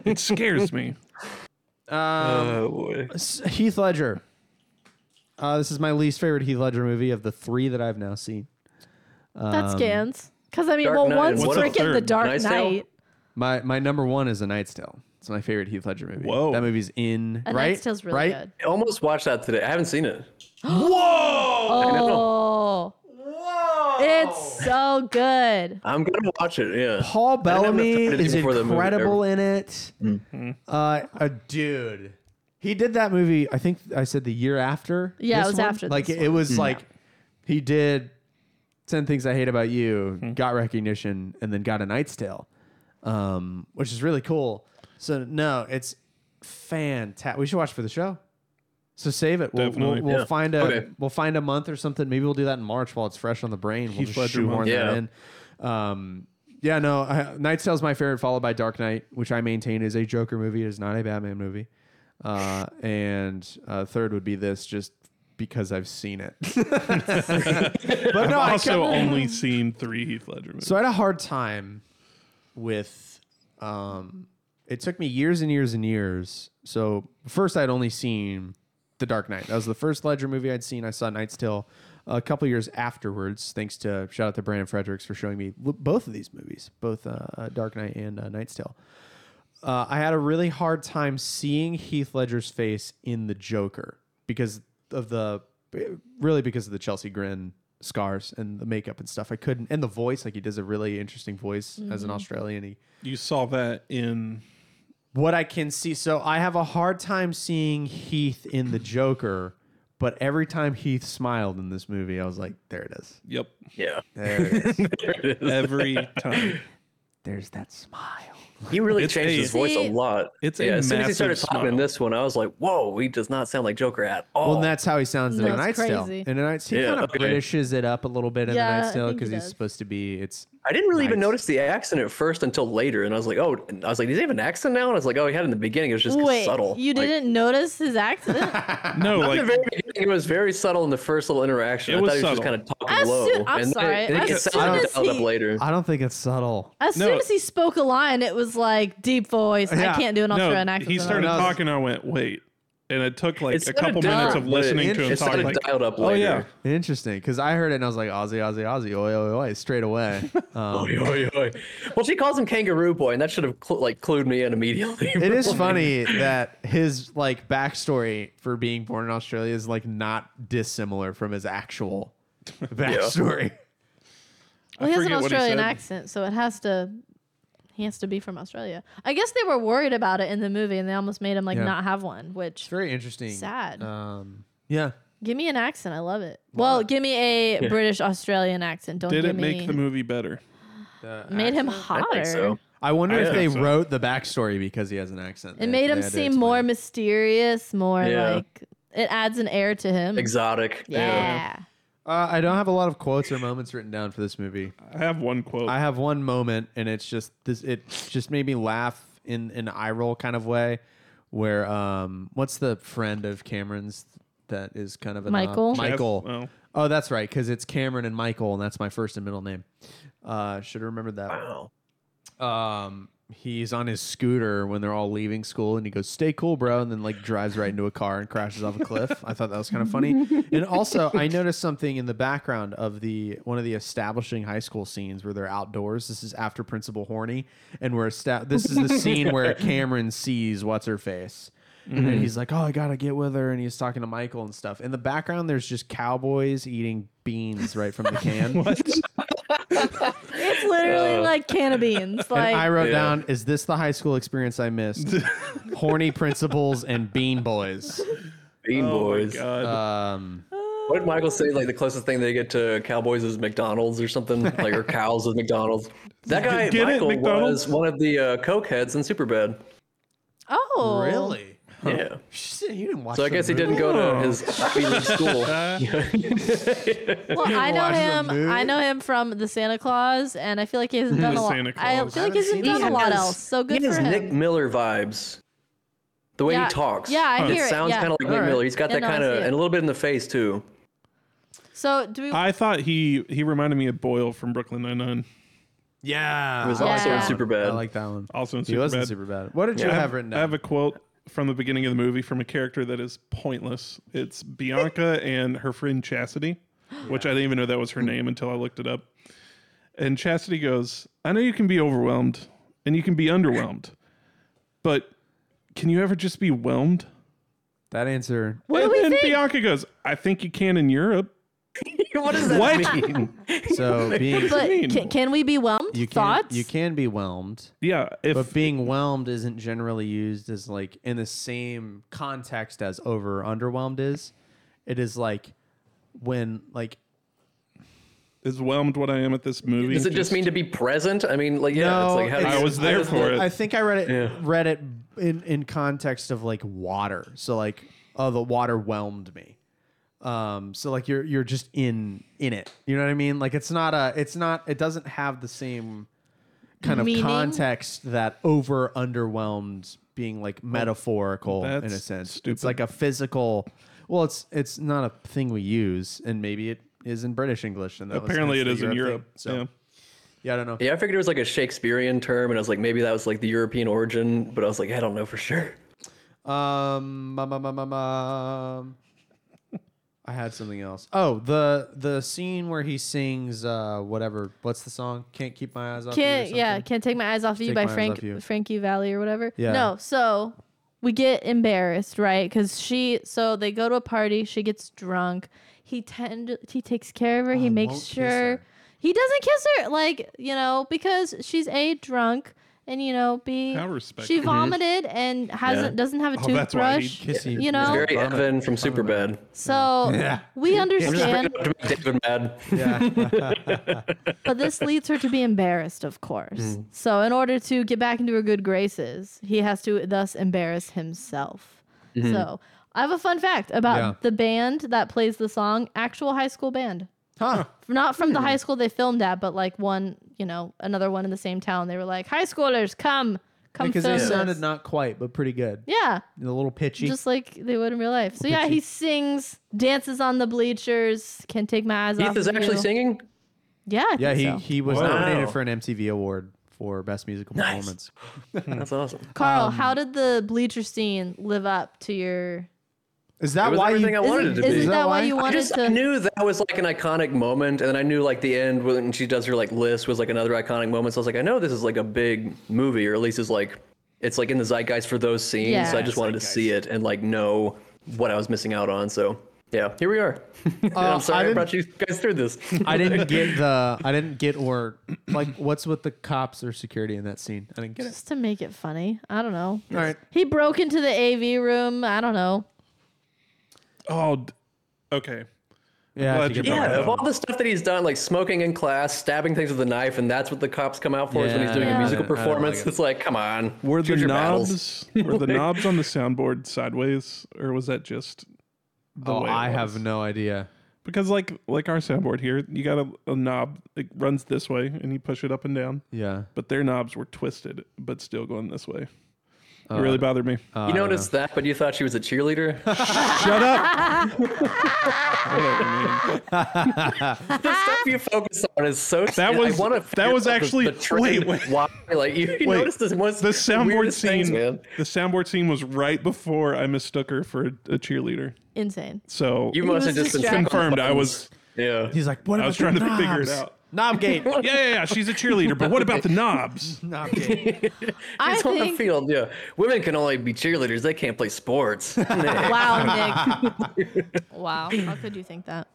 S2: it scares me.
S4: Oh boy.
S3: S- Heath Ledger. Uh, this is my least favorite Heath Ledger movie of the three that I've now seen. Um,
S1: That scans. Because I mean,
S4: Dark
S1: well,
S4: Knight
S1: once
S4: and
S2: what's a
S1: freaking the
S2: third?
S1: Dark
S4: Knight's Tale?
S1: Knight,
S3: My my number one is A Knight's Tale. It's my favorite Heath Ledger movie.
S2: Whoa.
S3: that movie's in
S1: and
S3: right.
S1: Knight's Tale's really
S3: right?
S1: good.
S4: I almost watched that today. I haven't seen it.
S1: Oh, it's so good.
S4: I'm gonna watch it. Yeah.
S3: Paul
S4: have enough
S3: Bellamy
S4: time to do
S3: is
S4: before the movie
S3: incredible in it.
S4: Mm.
S3: Uh, a dude. He did that movie. I think I said the year after.
S1: Yeah, it
S3: this
S1: was
S3: one.
S1: after
S3: Like
S1: this
S3: it
S4: Mm.
S3: was like he did Ten Things I Hate About You,
S4: Hmm.
S3: got recognition, and then got a Knight's Tale, um, which is really cool. So no, it's fantastic. We should watch for the show. So save it. We'll, we'll-
S2: Definitely.
S3: we'll
S4: Yeah.
S3: find a
S4: Okay.
S3: we'll find a month or something. Maybe we'll do that in March while it's fresh on the brain. We'll
S2: Heath
S3: just
S2: Ledger month.
S3: shoehorn that
S4: Yeah.
S3: in. Um, yeah, no, I, Night's Tale is my favorite, followed by Dark Knight, which I maintain is a Joker movie. It is not a Batman movie. Uh, and uh, third would be this, just because I've seen it. but no,
S2: I've
S3: Oh, I
S2: also
S3: kept-
S2: only seen three Heath Ledger movies.
S3: so I had a hard time with. Um, it took me years and years and years. So first, I'd only seen The Dark Knight. That was the first Ledger movie I'd seen. I saw Knight's Tale a couple years afterwards, thanks to shout out to Brandon Fredericks for showing me l- both of these movies, both uh, uh, Dark Knight and uh, Knight's Tale. Uh, I had a really hard time seeing Heath Ledger's face in the Joker because of the really because of the Chelsea grin scars and the makeup and stuff. I couldn't and the voice like he does a really interesting voice as
S1: Mm-hmm.
S3: an Australian. He,
S2: you saw that in
S3: what I can see. So I have a hard time seeing Heath in the Joker, but every time Heath smiled in this movie, I was like, there it is.
S2: yep
S4: Yeah.
S3: There it is.
S2: every time.
S3: There's that smile.
S4: He really
S2: It's
S4: changed
S2: a-
S4: his voice
S1: See-
S4: a lot.
S2: It's a
S4: yeah. As soon as he started
S2: massive
S4: talking in
S2: smile.
S4: this one, I was like, "Whoa, he does not sound like Joker at all."
S3: Well, and that's how he sounds in
S1: No,
S3: a
S1: it's
S3: Knight's Tale.
S1: crazy.
S3: In a Knight's, he
S4: Yeah,
S3: kind of
S4: okay.
S3: Britishes it up a little bit in
S1: Yeah,
S3: the
S1: I
S3: Knight's Tale
S1: think he
S3: because he's
S1: does.
S3: supposed to be. It's
S4: I didn't really even
S3: Nice.
S4: notice the accent at first until later, and I was like, "Oh!" and I was like, "Does he have an accent now?" And I was like, "Oh, he had it in the beginning. It was just
S1: Wait,
S4: subtle."
S1: you
S4: Like,
S1: didn't notice his accident?
S2: No, like
S4: at the very beginning, it was very subtle in the first little interaction.
S2: It
S4: I
S2: was
S4: thought he was just
S2: subtle.
S4: kind of talking
S1: As
S4: low,
S1: soon- I'm
S4: and
S1: sorry,
S4: then it, it
S1: as
S4: gets
S1: soon
S4: sounded
S1: as
S4: dialed up
S1: he-
S4: later.
S3: I don't think it's subtle.
S1: As
S2: No.
S1: soon as he spoke a line, it was like deep voice.
S3: Yeah.
S1: I can't do an Australian
S2: no,
S1: accent.
S2: he
S1: at all.
S2: started
S3: No, no.
S2: talking. I went, wait, and it took like
S4: It
S2: a
S4: sounded
S2: couple minutes of
S4: different, but it-
S2: listening to him
S4: it
S2: talk.
S4: sounded
S2: Like,
S4: dialed up
S2: oh yeah,
S4: later.
S3: Interesting, because I heard it and I was like Aussie, Aussie, Aussie, oi, oi, oi, straight away.
S2: Oh,
S3: Um,
S4: Oi, oi, oi. Well, she calls him Kangaroo Boy, and that should have cl- like clued me in immediately.
S3: it is funny that his like backstory for being born in Australia is like not dissimilar from his actual backstory.
S2: I
S1: Well, he has an
S2: forget what he
S1: Australian
S2: said.
S1: accent, so it has to. He has to be from Australia. I guess they were worried about it in the movie, and they almost made him like
S3: Yeah.
S1: not have one. Which
S3: It's very interesting.
S1: Sad.
S3: Um, yeah.
S1: give me an accent, I love it. Well, give me a British Australian accent. Don't
S2: did
S1: give
S2: it
S1: me
S2: make the movie better?
S1: made him
S4: I
S1: hotter.
S4: think so.
S3: I wonder if
S2: think
S3: they
S2: so.
S3: wrote the backstory because he has an accent.
S1: It
S3: They-
S1: made
S3: they
S1: him
S3: had to
S1: seem
S3: explain
S1: more
S3: it.
S1: mysterious, more
S4: Yeah.
S1: like it adds an air to him.
S4: Exotic.
S1: Yeah.
S3: Uh, I don't have a lot of quotes or moments written down for this movie.
S2: I have one quote.
S3: I have one moment, and it's just this. It just made me laugh in an eye roll kind of way. Where um, what's the friend of Cameron's that is kind of a knob?
S1: Michael? Jeff?
S3: Michael.
S2: Oh.
S3: Oh, that's right, because it's Cameron and Michael, and that's my first and middle name. Uh, should have remembered that.
S4: Wow.
S3: Um, he's on his scooter when they're all leaving school, and he goes, "Stay cool, bro," and then like drives right into a car and crashes off a cliff. I thought that was kind of funny. And also, I noticed something in the background of the one of the establishing high school scenes where they're outdoors. This is after Principal Horny, and we're esta- this is the scene where Cameron sees what's her face. And he's like, "Oh, I gotta get with her," and he's talking to Michael and stuff. In the background, there's just cowboys eating beans right from the can.
S1: It's literally
S4: Uh.
S1: like can of beans. Like
S3: And I wrote
S4: Yeah.
S3: down, is this the high school experience I missed? Horny principals and bean boys.
S4: Bean
S2: Oh
S4: Boys.
S2: my god.
S3: Um,
S4: What did Michael say? Like the closest thing they get to cowboys is McDonald's or something, like or cows with McDonald's. That guy
S2: Get it,
S4: Michael
S2: McDonald's?
S4: was one of the uh, cokeheads in Superbad.
S1: oh
S3: really?
S4: Yeah.
S3: Shit, you didn't watch.
S4: So I
S3: the
S4: guess he
S3: movie?
S4: didn't go to his Ivy League school.
S1: Well, I know
S3: watch the movie?
S1: him. I know him from the Santa Claus, and I feel like he hasn't done a lot.
S2: Santa
S1: I
S2: Claus.
S1: feel like
S3: I
S1: he hasn't
S3: haven't
S1: done a
S3: seen
S1: lot
S4: has-
S1: else. So good
S4: he has
S1: for him.
S4: Nick Miller vibes. The way
S1: Yeah.
S4: he talks.
S1: Yeah, I
S4: it
S1: hear it,
S4: sounds
S1: yeah.
S4: kind of like Nick
S3: Alright.
S4: Miller. He's got
S1: Yeah,
S4: that
S1: no, I
S4: kind
S1: see
S4: of,
S1: it.
S4: and a little bit in the face too.
S1: so do we?
S2: I thought he he reminded me of Boyle from Brooklyn Nine Nine.
S3: Yeah,
S4: He was
S1: Yeah.
S4: also in
S1: Yeah.
S4: Superbad.
S3: I like that one.
S2: Also in
S3: He wasn't
S2: Superbad.
S3: super bad. What did you
S2: I
S3: have written
S2: I
S3: down?
S2: have a quote from the beginning of the movie from a character that is pointless. It's Bianca and her friend Chastity, which I didn't even know that was her name until I looked it up. And Chastity goes, I know you can be overwhelmed and you can be underwhelmed, but can you ever just be whelmed?
S3: that answer.
S1: What do
S2: and
S1: we
S2: then
S1: think?
S2: Bianca goes, I think you can in Europe.
S4: what does that
S2: What?
S4: mean?
S3: So being
S1: but
S2: mean?
S1: can, can we be whelmed?
S3: you can
S1: Thoughts?
S3: you can be whelmed,
S2: Yeah. If
S3: but being whelmed isn't generally used as like in the same context as over or underwhelmed is. It is like when like
S2: is whelmed what I am at this movie.
S4: Does it just mean to be present? I mean, like yeah, it's like how do
S3: it's-
S4: you-
S2: I was there
S3: just-
S2: for it.
S3: I think I read it
S4: Yeah.
S3: read it in in context of like water. So like oh the water whelmed me. Um so like you're you're just in in it. You know what I mean? Like it's not a it's not it doesn't have the same kind of
S1: Meaning?
S3: context that over underwhelmed being like metaphorical in a
S2: that's
S3: sense.
S2: stupid.
S3: It's like a physical well it's it's not a thing we use and maybe it is in British English and that was-
S2: apparently it
S3: it's the
S2: is in Europe.
S3: thing. So yeah.
S2: Yeah.
S3: I don't know.
S4: Yeah, I figured it was like a Shakespearean term, and I was like, maybe that was like the European origin, but I was like, I don't know for sure.
S3: Um, um, um, um, um, um. I had something else. Oh, the the scene where he sings uh whatever. What's the song? Can't keep my eyes off. you or
S1: Can't yeah,
S3: something?
S1: can't take my eyes off of you
S3: Take
S1: by
S3: my eyes
S1: Frank
S3: off you.
S1: Frankie Valley or whatever.
S3: Yeah.
S1: No, so we get embarrassed, right? Because she, so they go to a party. She gets drunk. He tend he takes care of her. he makes
S3: won't kiss
S1: sure
S3: her.
S1: he doesn't kiss her, like you know, because she's a drunk and you know b
S2: How respectful.
S1: she vomited and hasn't doesn't have a
S2: Oh, that's why he
S1: toothbrush.
S3: Kiss you.
S1: You know?
S4: Very Evan from Superbad.
S1: So we
S4: I'm just bringing
S1: understand,
S4: it up to make David mad.
S3: Yeah.
S1: but this leads her to be embarrassed, of course.
S3: Hmm.
S1: So, in order to get back into her good graces, he has to thus embarrass himself. So, I have a fun fact about
S3: Mm-hmm. Yeah.
S1: the band that plays the song, actual high school band.
S3: Huh. Hmm.
S1: Not from the high school they filmed at, but like one, you know, another one in the same town. They were like, high schoolers, come, come
S3: Because
S1: film
S3: they
S1: this.
S3: sounded not quite, but pretty good.
S1: yeah,
S3: A little pitchy.
S1: just like they would in real life. So yeah,
S3: Pitchy.
S1: he sings, dances on the bleachers, can't take my eyes off.
S4: Heath is
S1: of
S4: actually
S1: you.
S4: singing.
S1: Yeah, I
S3: yeah,
S1: think
S3: he,
S1: so.
S3: he was
S2: Wow.
S3: nominated for an MTV award for best musical
S4: Nice.
S3: performance.
S2: Hmm.
S4: That's awesome.
S1: Carl, how did the bleacher scene live up to your?
S3: Is
S4: It
S3: that
S4: was
S3: why
S4: everything
S3: you?
S4: I wanted it to
S1: Isn't,
S4: be.
S1: isn't
S3: Is
S1: that,
S3: that
S1: why
S3: why?
S1: you
S4: I
S1: wanted
S4: just
S1: to?
S4: I knew that was like an iconic moment, and then I knew like the end when she does her like list was like another iconic moment. So I was like, I know this is like a big movie, or at least it's like it's like in the zeitgeist for those scenes.
S1: Yeah.
S4: So I just wanted to see it and like know what I was missing out on. So yeah, here we are. And
S3: Uh,
S4: I'm
S3: I
S4: sorry Oh, I,
S3: didn't-
S4: brought you guys through this.
S3: I didn't get the. I didn't get or like what's with the cops or security in that scene. I didn't get it.
S1: just to make it funny. I don't know.
S3: All right.
S1: He broke into the AV room. I don't know.
S2: Oh, d- okay.
S3: Yeah.
S2: Glad
S3: I think
S2: you
S3: it-
S2: brought
S4: yeah,
S2: it
S4: of
S2: up.
S4: all the stuff that he's done, like smoking in class, stabbing things with a knife, and that's what the cops come out for is when he's
S3: Yeah,
S4: doing
S1: I
S4: a musical
S3: don't- I don't like
S4: performance.
S3: it.
S4: it's like, come on,
S2: Were the
S4: choose your battles.
S2: knobs were the knobs on the soundboard sideways, or was that just the
S3: Oh,
S2: way it
S3: I have
S2: was?
S3: no idea.
S2: because like like our soundboard here, you got a, a knob it runs this way and you push it up and down,
S3: Yeah.
S2: but their knobs were twisted but still going this way. It
S3: Uh,
S2: really bothered me.
S4: You noticed that, but you thought she was a cheerleader.
S2: Shut up. I don't mean.
S4: the
S1: Ah.
S4: stuff you focus on is so.
S2: That was- that was actually- wait, wait.
S4: why like you, you
S2: Wait,
S4: noticed this was
S2: The soundboard
S4: weirdest
S2: scene.
S4: things, man.
S2: the soundboard scene was right before I mistook her for a, a cheerleader.
S1: Insane.
S2: So
S4: You
S1: was
S4: must have just been
S1: distracted.
S2: confirmed I was.
S4: Yeah,
S3: He's like, what?
S2: I
S3: about
S2: was
S3: the
S2: trying to figure it
S3: knobs?
S2: out.
S3: Knobgate.
S2: Yeah, yeah, yeah. She's a cheerleader, but what about the knobs?
S3: Knobgate.
S1: I
S4: it's on the
S1: think.
S4: field. Yeah, women can only be cheerleaders. They can't play sports. Nah.
S1: Wow, Nick. wow. How could you think that?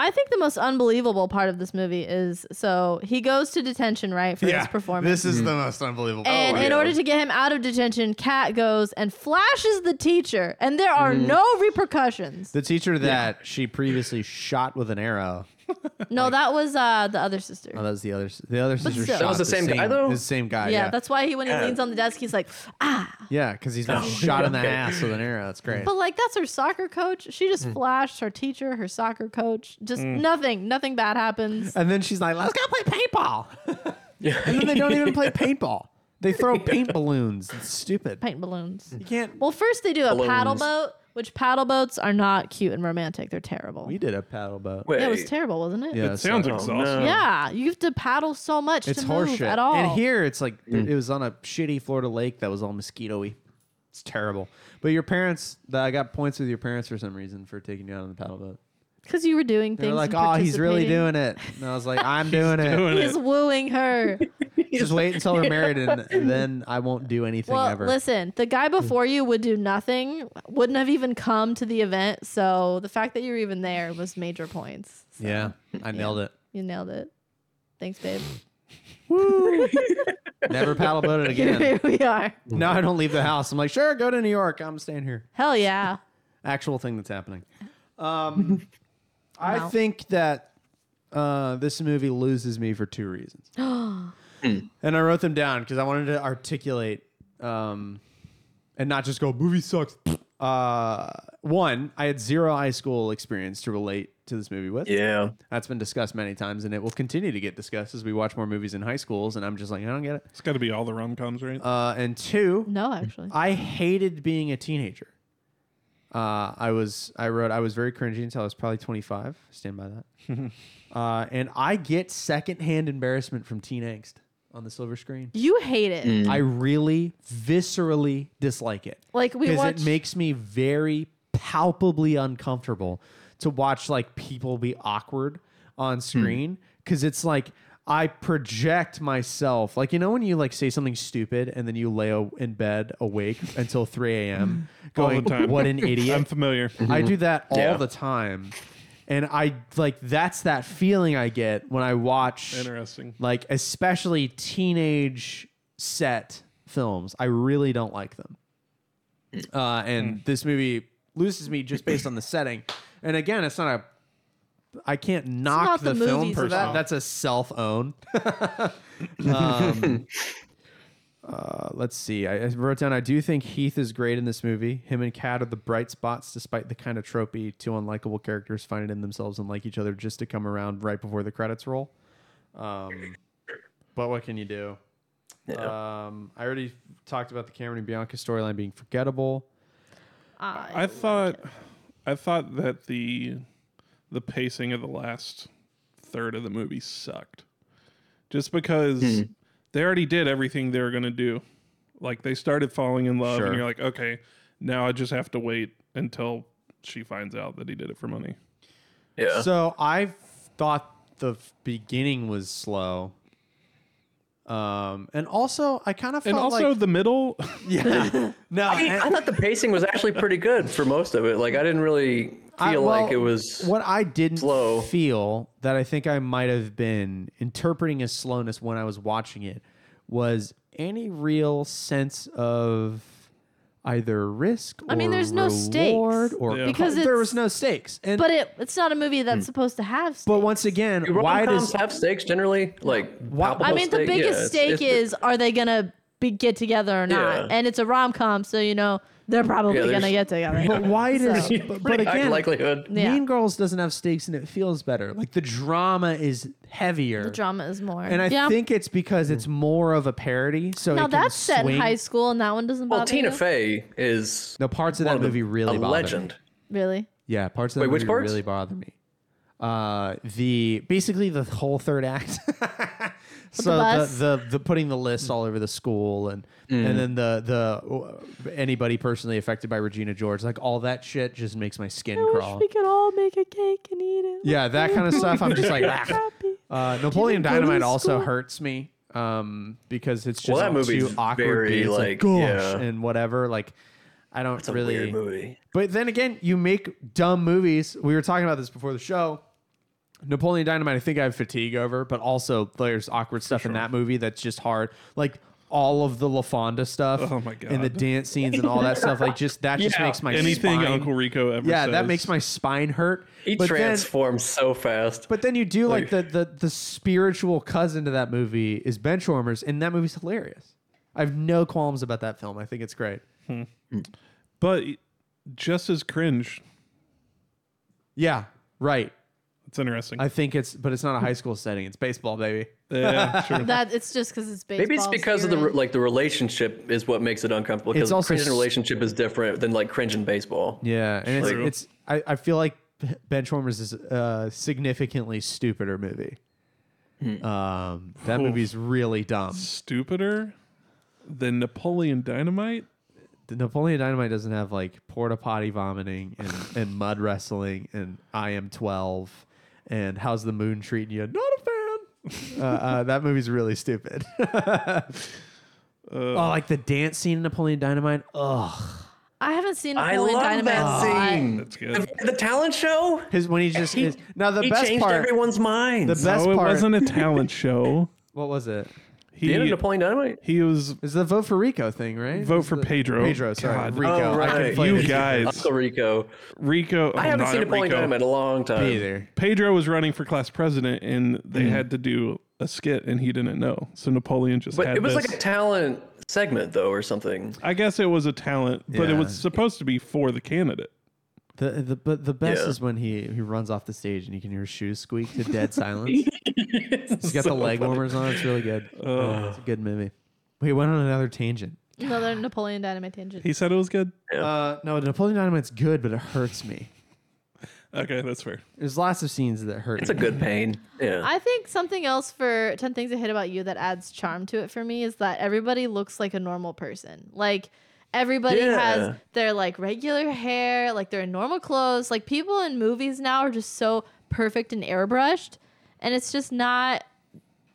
S1: I think the most unbelievable part of this movie is so he goes to detention, right, for his performance.
S5: This is the most unbelievable.
S3: Oh,
S1: and
S4: Oh,
S1: in order to get him out of detention, Kat goes and flashes the teacher, and there are
S4: Mm-hmm.
S1: no repercussions.
S3: The teacher that she previously shot with an arrow.
S1: No, that was uh, the other sister.
S3: Oh, that was the other. s- The other sister.
S1: still.
S3: shot
S1: That
S4: was the same guy, though?
S3: The same guy.
S1: yeah,
S3: Yeah.
S1: that's why he when he leans on the desk, he's like, ah.
S3: Yeah, because he's been shot in the
S4: Oh, okay.
S3: ass with an arrow. That's great.
S1: But like, that's her soccer coach. She
S3: Mm.
S1: just flashed her teacher, her soccer coach. Just nothing, nothing bad happens.
S3: And then she's like, "Let's go play paintball." and then they don't even play paintball. They throw paint balloons. It's stupid.
S1: Paint balloons.
S3: You can't.
S1: Well, first they do a paddle
S4: Balloons.
S1: boat, which paddle boats are not cute and romantic. They're terrible.
S3: We did a paddle boat.
S4: Wait,
S1: Yeah, it was terrible, wasn't it?
S3: Yeah,
S2: It sounds
S3: so-
S2: exhausting.
S4: no.
S1: Yeah, you have to paddle so much
S3: it's
S1: to move
S3: horseshit.
S1: at all.
S3: And here, it's like there- it was on a shitty Florida lake that was all mosquito-y. It's terrible. But your parents, that I got points with your parents for some reason for taking you out on the paddle boat.
S1: because you were doing
S3: They
S1: things.
S3: were like,
S1: and
S3: "Oh, he's really
S1: participating.
S3: doing it," and I was like, "I'm doing it."
S2: Doing
S1: He's
S2: it.
S1: wooing her.
S3: Just wait until we're married, and then I won't do anything
S1: well,
S3: ever. Hmm.
S1: listen, the guy before you would do nothing, wouldn't have even come to the event. So the fact that you were even there was major points.
S3: Yeah, I nailed it.
S1: You nailed it. Thanks, babe.
S3: Never paddle boated again.
S1: Here we are.
S3: No, I don't leave the house. I'm like, sure, go to New York. I'm staying here.
S1: Hell yeah.
S3: Actual thing that's happening. Um, I
S1: Wow.
S3: think that uh, this movie loses me for two reasons. and I wrote them down because I wanted to articulate um, and not just go, movie sucks. Uh, one, I had zero high school experience to relate to this movie with.
S4: Yeah,
S3: That's been discussed many times and it will continue to get discussed as we watch more movies in high schools. And I'm just like, I don't get it.
S2: It's got to be all the rom coms, right?
S3: Uh, and two,
S1: No, actually.
S3: I hated being a teenager. Uh, I was I wrote I was very cringy until I was probably 25. Stand by that. uh, and I get secondhand embarrassment from teen angst on the silver screen.
S1: You hate it.
S3: I
S2: Mm.
S3: really viscerally dislike it
S1: Like we
S3: because
S1: watched.
S3: it makes me very palpably uncomfortable to watch like people be awkward
S2: Hmm.
S3: on screen because it's like I project myself like you know when you like say something stupid and then you lay a- in bed awake until 3 a.m.
S2: All the
S3: going
S2: time.
S3: what an
S2: I'm
S3: idiot
S2: familiar.
S3: I do that all
S4: Yeah.
S3: the time and I like that's that feeling I get when I watch
S2: Interesting.
S3: like especially teenage set films. I really don't like them. Uh, and this movie loses me just based on the setting. And again, it's not a. I can't knock
S1: not the
S3: film
S1: movies
S3: person.
S1: about-
S3: That's a self own. Um, uh, let's see. I, I wrote down. I do think Heath is great in this movie. Him and Kat are the bright spots, despite the kind of tropey two unlikable characters finding in themselves and like each other just to come around right before the credits roll. Um, But what can you do?
S4: Yeah.
S3: Um, I already talked about the Cameron and Bianca storyline being forgettable.
S1: I,
S2: I thought I thought that the the pacing of the last third of the movie sucked. Just because
S3: Hmm.
S2: they already did everything they were gonna do. Like they started falling in love
S3: Sure.
S2: and you're like, okay, now I just have to wait until she finds out that he did it for money.
S4: yeah.
S3: So I thought the f- beginning was slow. Um, and also I kind of felt
S2: And also
S3: like
S2: the middle
S3: yeah, no, and-
S4: I thought the pacing was actually pretty good for most of it. Like I didn't really feel
S3: I-
S4: like
S3: well,
S4: it was.
S3: what I didn't
S4: slow.
S3: feel that I think I might have been interpreting as slowness when I was watching it was any real sense of either risk.
S1: I mean,
S3: or
S1: there's no stakes.
S3: reward or
S2: Yeah.
S1: Because
S3: there
S1: it's-
S3: was no stakes, and
S1: but it it's not a movie that's supposed to have. Stakes.
S3: Mm. but once again, why
S4: Rom-coms
S3: does
S4: have stakes generally? Like
S1: I
S4: palpable
S1: mean, the
S4: stake? Yeah,
S1: biggest
S4: it's-
S1: stake
S4: it's-
S1: is are they gonna be get together or not?
S4: Yeah.
S1: And it's a rom com, so you know they're probably
S4: Yeah, there's-
S1: gonna get together.
S3: but why does
S1: So-
S3: but, but
S4: pretty high
S3: again
S4: likelihood.
S1: Yeah.
S3: Mean Girls doesn't have stakes and it feels better. Like the drama is heavier.
S1: the drama is more.
S3: and I
S1: yeah.
S3: think it's because
S4: Mm.
S3: it's more of a parody. So
S1: now
S3: it can
S1: that's set in
S3: swing-
S1: high school, and that one doesn't
S4: Well,
S1: bother
S4: Tina
S1: you?
S4: Fey is
S3: No parts of that
S4: one of the-
S3: movie really
S4: a
S3: bother me.
S4: legend.
S1: Really?
S3: Yeah, parts of
S4: Wait,
S3: the
S4: which
S3: movie
S4: parts?
S3: really bother me. Uh, the basically the whole third act. so the,
S1: bus?
S3: the, the putting the list all over the school and
S4: Mm.
S3: and then the the uh, anybody personally affected by Regina George, like all that shit just makes my skin crawl.
S1: could all make a cake and eat it.
S3: Yeah, that kind of stuff. I'm just like, ah. uh, Napoleon
S1: go to
S3: Dynamite
S1: school?
S3: also hurts me um, because it's just
S4: Well, that
S3: too
S4: movie's
S3: awkward
S4: very,
S3: beats,
S4: like,
S3: gosh
S4: yeah.
S3: and whatever. Like, I don't
S4: It's a
S3: really.
S4: weird movie.
S3: But then again, you make dumb movies. We were talking about this before the show. Napoleon Dynamite, I think I have fatigue over, but also there's awkward stuff in that movie that's just hard. Like all of the LaFonda stuff
S2: Oh my
S3: and the
S2: God.
S3: dance scenes and all that stuff. Like just that just
S4: Yeah.
S3: makes my
S2: anything
S3: spine-
S2: Uncle Rico ever
S3: Yeah, that
S2: says.
S3: makes my spine hurt.
S4: He
S3: But then-
S4: transforms so fast.
S3: but then you do like,
S4: Like-
S3: the, the the spiritual cousin to that movie is Benchwarmers, and that movie's hilarious. I have no qualms about that film. I think it's great.
S2: but just as cringe.
S3: Yeah, right.
S2: It's interesting.
S3: I think it's, but it's not a high school setting. It's baseball, baby.
S2: yeah, sure.
S1: That it's just because it's baseball.
S4: Maybe it's
S1: so
S4: because of the
S1: you're
S4: re-
S1: in-
S4: like the relationship is what makes it uncomfortable.
S3: It's
S4: Because
S3: also
S4: cringe in
S3: s-
S4: a relationship is different than like cringe in baseball.
S3: Yeah, and
S2: True.
S3: it's, it's I, I feel like Benchwarmers is a significantly stupider movie. Um, that
S2: Oof.
S3: movie's really dumb.
S2: Stupider than Napoleon Dynamite.
S3: The Napoleon Dynamite doesn't have like porta potty vomiting and, and mud wrestling and I am twelve and how's the moon treating you? Not a fan. uh, uh, that movie's really stupid. oh, like the dance scene in Napoleon Dynamite. Ugh,
S1: I haven't seen
S4: I
S1: Napoleon
S4: love
S1: Dynamite.
S4: that
S1: a lot.
S4: scene.
S2: That's good.
S4: The, the talent show.
S3: his when he just is, now the
S4: he
S3: best
S4: changed
S3: part.
S4: everyone's mind.
S3: the
S4: The
S3: best
S2: oh, it
S3: part.
S2: wasn't a talent show.
S3: what was it?
S2: He
S4: end of Napoleon Dynamite.
S2: he was
S3: Is the vote for Rico thing, right?
S2: Vote
S3: It's
S2: for
S3: the-
S2: Pedro.
S3: Pedro, sorry.
S2: God.
S3: Rico.
S4: Oh,
S3: I
S4: right.
S3: conflated
S2: You
S3: the two.
S2: guys.
S4: Uncle Rico.
S2: Rico.
S4: I
S2: oh,
S4: haven't
S2: not
S4: seen Napoleon
S2: Rico.
S4: Dynamite in a long time.
S3: Me either.
S2: Pedro was running for class president, and they
S3: Hmm.
S2: had to do a skit, and he didn't know. So Napoleon just
S4: But
S2: had
S4: it was
S2: this.
S4: like a talent segment though, or something.
S2: I guess it was a talent, but it
S3: Yeah.
S2: was supposed to be for the candidate.
S3: The, the but the best
S4: Yeah.
S3: is when he he runs off the stage and you can hear his shoes squeak to dead silence. He's got the leg warmers on. It's really good.
S2: Oh.
S3: it's a good movie. We went on another tangent.
S1: Another Napoleon Dynamite tangent.
S2: He said it was good.
S3: Uh, no, Napoleon Dynamite's good, but it hurts me.
S2: Okay, that's fair.
S3: There's lots of scenes that hurt.
S4: It's a
S3: me.
S4: good pain. Yeah.
S1: I think something else for 10 Things I Hate About You that adds charm to it for me is that everybody looks like a normal person. Like, everybody
S4: Yeah.
S1: has their, like, regular hair, like, their normal clothes. Like, people in movies now are just so perfect and airbrushed. And it's just not,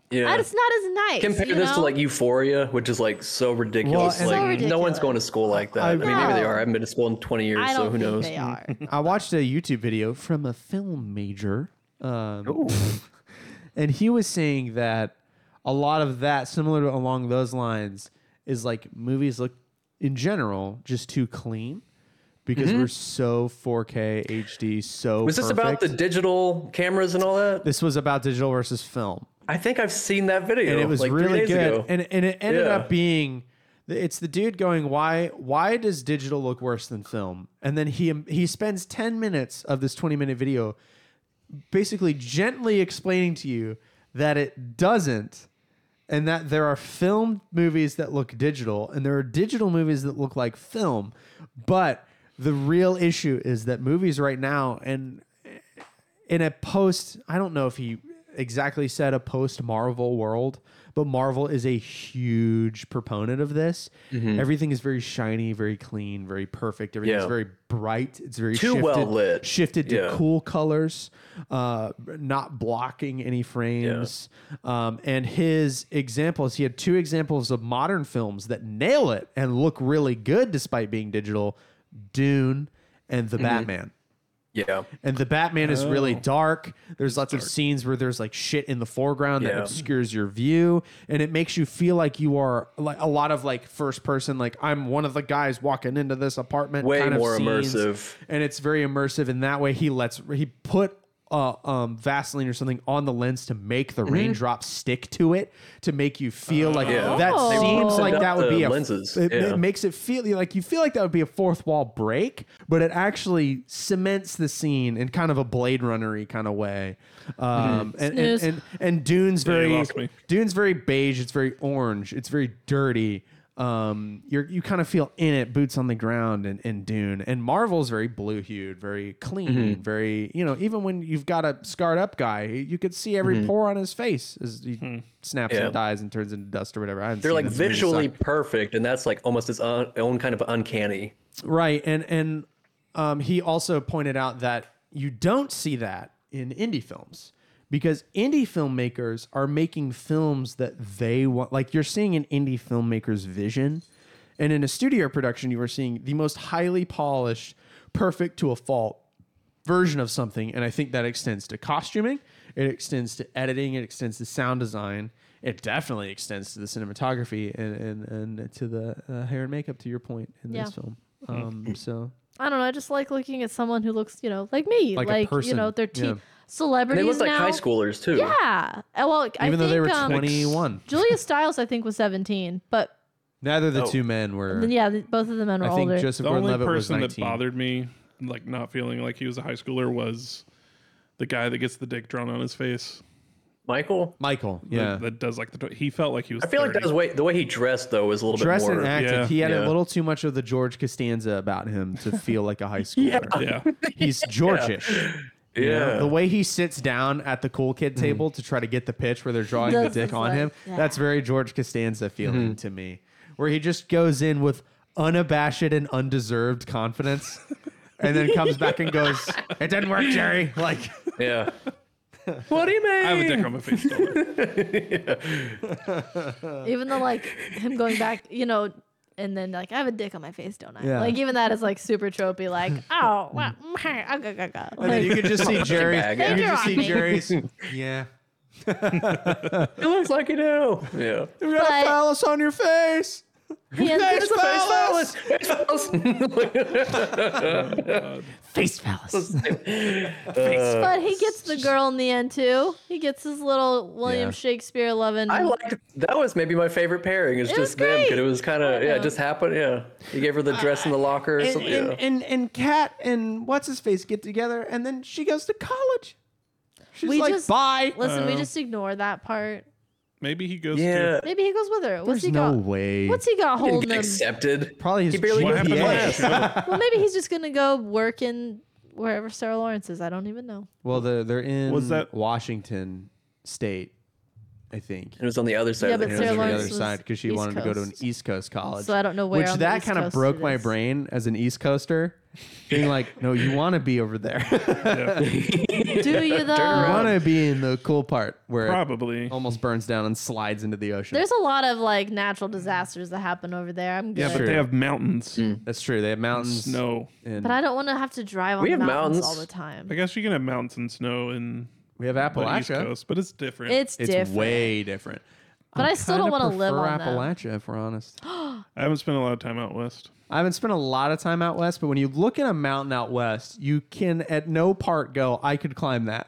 S4: yeah.
S1: and it's not as nice.
S4: Compare
S1: you
S4: this to
S1: know?
S4: like Euphoria, which is like so ridiculous.
S3: and-
S1: So
S4: like no one's
S1: ridiculous.
S4: going to school like that. I, mean,
S1: No.
S4: maybe they are. I haven't been to school in 20 years,
S1: I
S4: so
S1: don't
S4: who
S1: think
S4: knows?
S1: they are.
S3: I watched a YouTube video from a film major. Um, and he was saying that a lot of that, similar to along those lines, is like movies look in general just too clean because we're so 4K HD, so
S4: Mm-hmm. Was this about the
S3: perfect.
S4: digital cameras and all that?
S3: This was about digital versus film,
S4: I think I've seen that video.
S3: and it was
S4: like three
S3: really
S4: days
S3: good.
S4: ago.
S3: And and it ended
S4: Yeah.
S3: up being. It's the dude going, why? Why does digital look worse than film? And then he he spends ten minutes of this twenty minute video basically gently explaining to you that it doesn't and that there are filmed movies that look digital and there are digital movies that look like film but the real issue is that movies right now and in a post i don't know if he exactly said a post marvel world but marvel is a huge proponent of this everything is very shiny very clean very perfect everything is
S4: Mm-hmm. Yeah.
S3: very bright it's very
S4: Too
S3: shifted,
S4: well lit.
S3: shifted to
S4: Yeah.
S3: cool colors uh not blocking any frames um and his examples he had two examples of modern films that nail it and look really good despite being digital dune and
S4: Mm-hmm.
S3: the batman
S4: Yeah.
S3: and the Batman is
S4: Oh.
S3: really dark. There's lots of scenes where there's like shit in the foreground that
S4: Yeah.
S3: obscures your view, and it makes you feel like you are like a lot of like first person, like I'm one of the guys walking into this apartment.
S4: Way
S3: kind of
S4: more
S3: scenes.
S4: immersive.
S3: and it's very immersive. In that way, he lets he put. Uh, um, Vaseline or something on the lens to make
S4: Mm-hmm.
S3: the raindrops stick to it to make you feel like
S4: Yeah.
S3: that
S1: Oh.
S3: seems like
S4: They
S3: that would
S4: built the
S3: be a
S4: lenses,
S3: It,
S4: yeah.
S3: it makes it feel like you feel like that would be a fourth wall break, but it actually cements the scene in kind of a Blade Runnery kind of way. Um, and, and,
S1: Snooze.
S3: and and Dune's
S2: Mm-hmm. you
S3: very
S2: lost me.
S3: Dune's very beige. It's very orange. It's very dirty. Um, you're you kind of feel in it, boots on the ground, in, in Dune. And Marvel's very blue hued, very clean,
S4: Mm-hmm.
S3: very you know. Even when you've got a scarred up guy, you could see every pore on his face as he snaps
S4: Mm-hmm. Hmm. Yeah.
S3: and dies and turns into dust or whatever. I haven't
S4: They're
S3: seen
S4: like
S3: that. It's really
S4: visually
S3: sucked.
S4: perfect, and that's like almost its own, own kind of uncanny.
S3: Right, and and um, he also pointed out that you don't see that in indie films because indie filmmakers are making films that they want. Like you're seeing an indie filmmaker's vision, and in a studio production, you are seeing the most highly polished, perfect to a fault version of something. And I think that extends to costuming, it extends to editing, it extends to sound design. It definitely extends to the cinematography and, and, and to the uh, hair and makeup, to your point in
S1: Yeah.
S3: this film.
S2: Mm-hmm.
S3: Um, so
S1: I don't know. I just like looking at someone who looks, you know, like me,
S3: Like
S1: like,
S3: a
S1: you know,
S3: person,
S1: they're teen
S3: yeah.
S4: And
S1: celebrities
S4: they look like
S1: now.
S4: high schoolers too.
S1: Yeah. Uh, Well, I
S3: even though they
S1: think,
S3: were
S1: um,
S3: 21,
S1: Julia Stiles, I think, was 17, but
S3: neither of the
S4: Oh.
S3: two men were.
S1: then, yeah, th- both of the men were
S3: I think
S1: older.
S3: Joseph
S2: The only
S3: Gordon-Levitt was
S2: person that
S3: 19.
S2: bothered me, like not feeling like he was a high schooler, was the guy that gets the dick drawn on his face.
S4: Michael.
S3: Michael,
S2: that-
S3: yeah,
S2: that, does like the. He felt like he was.
S4: I feel like
S2: 30.
S4: that was way the way he dressed though was a little
S3: dressed
S4: bit
S3: and
S4: more.
S3: acted.
S2: Yeah.
S3: he had a
S4: Yeah.
S3: little too much of the George Costanza about him to feel like a high schooler.
S2: Yeah,
S3: He's Georgish.
S4: yeah.
S3: The way he sits down at the cool kid table to try to get the pitch where they're drawing
S1: That's
S3: the dick
S1: just
S3: on
S1: like-
S3: him,
S1: yeah.
S3: that's very George Costanza feeling to me, where he just goes in with unabashed and undeserved confidence. And then comes back and goes, "It didn't work, Jerry." Like,
S4: yeah. what do you mean?
S2: I have a dick on my face. don't worry.
S1: even though, like, him going back, you know, and then, like, I have a dick on my face, don't I?
S3: Yeah.
S1: Like, even that is, like, super tropey, like, oh, wow, mm, go, go, go.
S3: And then
S1: Like,
S3: you could just see Jerry.
S4: bag,
S3: You
S4: yeah.
S3: could just see
S1: Thank you,
S3: Jerry's. Yeah.
S4: It looks like you do. Yeah.
S3: You got
S1: But-
S3: a phallus on your face.
S1: yeah,
S3: Face phallus. Face phallus.
S1: But he gets the girl in the end too. He gets his little William
S3: Yeah.
S1: Shakespeare loving.
S4: I liked that was maybe my favorite pairing. It's
S1: It was
S4: just them because
S1: great.
S4: it was kind of yeah,
S1: know.
S4: it just happened. Yeah, he gave her the dress in the locker or
S3: And,
S4: something.
S3: and,
S4: yeah.
S3: and, and Kat and what's his face get together, and then she goes to college. She's
S1: We
S3: like,
S1: just-
S3: bye.
S1: Listen, we
S2: Oh.
S1: just ignore that part.
S2: Maybe he goes.
S4: yeah.
S2: To,
S1: Maybe he goes with her. What's he got?
S3: way.
S1: What's he got
S4: He didn't
S1: holding
S4: get
S1: him?
S4: accepted.
S3: Probably his
S4: He barely
S2: what happened
S3: Yeah.
S2: last? year?
S1: Well, maybe he's just gonna go work in wherever Sarah Lawrence is. I don't even know.
S3: Well, they're, they're in
S2: Was that-
S3: Washington State, I think.
S4: It was on the other side.
S1: Yeah,
S4: of the
S1: but
S3: And
S4: country.
S1: Sarah
S3: it was on the
S1: Lawrence
S3: other
S1: was
S3: side because she
S1: East
S3: wanted to go to an
S1: Coast.
S3: East Coast college.
S1: So I don't know where
S3: Which
S1: on the
S3: that
S1: East
S3: kind of
S1: Coast
S3: broke
S1: it
S3: my
S1: is.
S3: brain as an East Coaster, being like, no, you want to be over there.
S1: Do you
S3: I
S1: though?
S3: want to be in the cool part where it
S2: Probably.
S3: almost burns down and slides into the ocean.
S1: There's a lot of like natural disasters that happen over there. I'm good.
S2: Yeah, but
S3: Sure.
S2: they have mountains,
S3: That's true. They have mountains.
S2: snow.
S3: And
S1: But I don't want to have to drive on
S4: We
S1: the
S4: have
S1: mountains, all
S4: mountains.
S1: the time.
S2: I guess you can have mountains and snow in
S3: we have
S2: the East
S3: Appalachia.
S2: Coast, but it's different.
S1: It's,
S3: It's
S1: different.
S3: way different.
S1: But I still don't
S3: kinda
S1: want to live
S3: prefer
S1: on them.
S3: Appalachia, if we're honest.
S2: I haven't spent a lot of time out west.
S3: I haven't spent a lot of time out west, but when you look at a mountain out west, you can at no part go, I could climb that.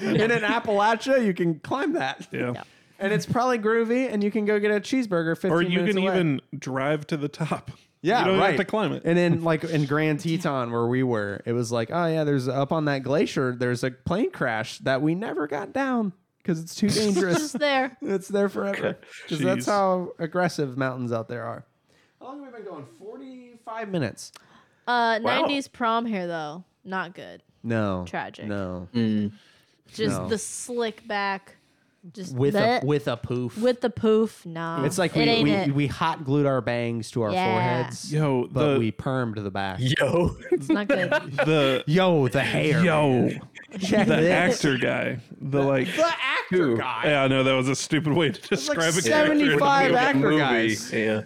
S3: and in Appalachia, you can climb that.
S2: Yeah.
S1: Yeah.
S3: And it's probably groovy, and you can go get a cheeseburger 15
S2: Or you
S3: minutes
S2: can
S3: away.
S2: even drive to the top.
S3: Yeah,
S2: you don't
S3: right.
S2: have to climb it.
S3: And then, like in Grand Teton, where we were, it was like, oh yeah, there's up on that glacier, there's a plane crash that we never got down because it's too dangerous.
S1: Just there.
S3: it's there forever. Because that's
S2: Jeez.
S3: how aggressive mountains out there are. How long have we been going? Forty-five minutes.
S1: Uh,
S4: Wow.
S1: 90s prom hair though, not good.
S3: No.
S1: Tragic.
S3: No.
S1: Just
S3: No.
S1: the slick back. Just
S3: With
S1: bleh.
S3: a with a poof.
S1: with the poof. Nah,
S3: it's like
S1: it
S3: we,
S1: ain't
S3: we,
S1: it.
S3: we hot glued our bangs to our
S1: Yeah.
S3: foreheads.
S2: Yo,
S3: but
S2: the-
S3: we permed the back.
S4: Yo.
S1: it's not good.
S2: The
S3: Yo, the hair.
S2: yo,
S3: Check
S2: the
S3: this.
S2: actor guy, the like.
S3: The actor
S4: Who?
S3: guy.
S2: Yeah, I know that was a stupid way to
S3: like
S2: describe a character.
S3: 75 actor guys.
S4: Yeah.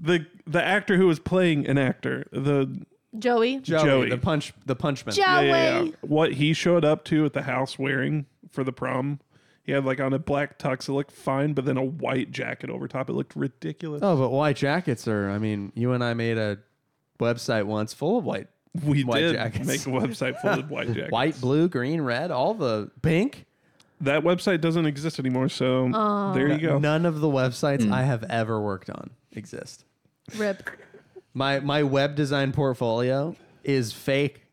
S2: The the actor who was playing an actor, the
S1: Joey.
S3: Joey,
S2: Joey.
S3: the punch, the punchman.
S1: Joey.
S2: yeah, yeah. What he showed up to at the house wearing for the prom. He had like on a black tux. It looked fine, but then a white jacket over top. It looked ridiculous.
S3: Oh, but white jackets are. I mean, you and I made a website once full of white,
S2: we
S3: white
S2: did
S3: jackets.
S2: make a website full of white jackets.
S3: white, blue, green, red, all the pink.
S2: That website doesn't exist anymore, so there you go.
S3: None of the websites
S1: Hmm.
S3: I have ever worked on exist.
S1: Rip.
S3: My my web design portfolio is fake.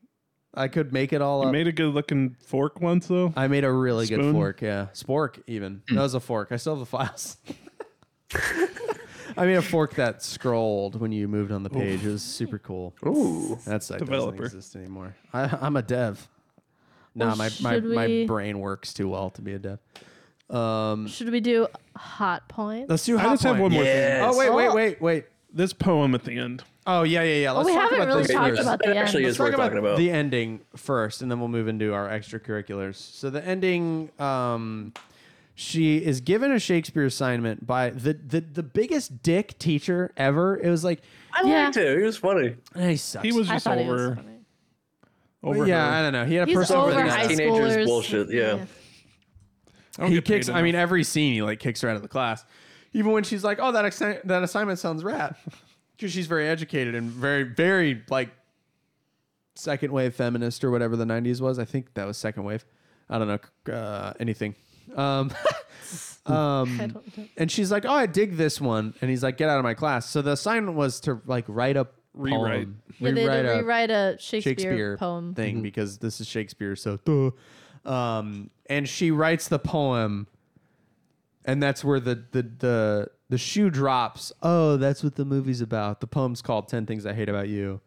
S3: I could make it all up.
S2: Made a good looking fork once though.
S3: I made a really good
S2: Spoon?
S3: fork, yeah. Spork even.
S1: Hmm.
S3: That was a fork. I still have the files. I made a fork that scrolled when you moved on the page. It was super cool.
S4: Ooh.
S3: That site
S2: Developer.
S3: doesn't exist anymore. I, I'm a dev. Nah,
S1: Well,
S3: my, my,
S1: should
S3: my
S1: we-
S3: brain works too well to be a dev.
S1: Should we do hot point?
S3: Let's do
S2: I just have one more thing.
S4: Yes.
S3: Oh wait, wait,
S1: Oh.
S3: wait, wait.
S2: This poem at the end.
S3: Oh yeah, yeah, yeah. Let's
S1: we
S3: talk
S1: haven't
S3: about
S1: really
S3: this
S1: talked
S3: first.
S1: about
S4: That
S1: the
S4: actually
S1: end.
S4: is worth talking about.
S3: the ending first, and then we'll move into our extracurriculars. So the ending, um, she is given a Shakespeare assignment by the the, the biggest dick teacher ever. It was like,
S4: I
S1: Yeah.
S4: liked it. It was funny.
S3: eh, he sucks.
S2: He was
S1: I
S2: just
S1: thought it was
S2: over
S1: funny.
S2: over
S3: yeah,
S2: her.
S3: I don't know. He had a
S1: He's
S3: person
S1: over
S4: the
S1: high
S4: teenagers'
S1: schoolers.
S4: bullshit, yeah.
S3: Mm-hmm.
S2: I don't
S3: He
S2: get paid
S3: kicks. I mean,
S2: enough.
S3: every scene he like kicks her out of the class, even when she's like, "Oh, that assi- that assignment sounds rad," because she's very educated and very very like second wave feminist or whatever the '90s was. I think that was second wave. I don't know uh, anything. Um, um,
S1: I don't know.
S3: and she's like, "Oh, I dig this one," and he's like, "Get out of my class." So the assignment was to like write a
S2: Rewrite.
S3: poem,
S1: Yeah, they had
S3: rewrite
S1: to
S3: a
S1: rewrite a Shakespeare,
S3: Shakespeare,
S1: poem.
S3: thing because this is Shakespeare, so duh. Um, and she writes the poem, and that's where the the the the shoe drops. Oh, that's what the movie's about. The poem's called 10 Things I Hate About You."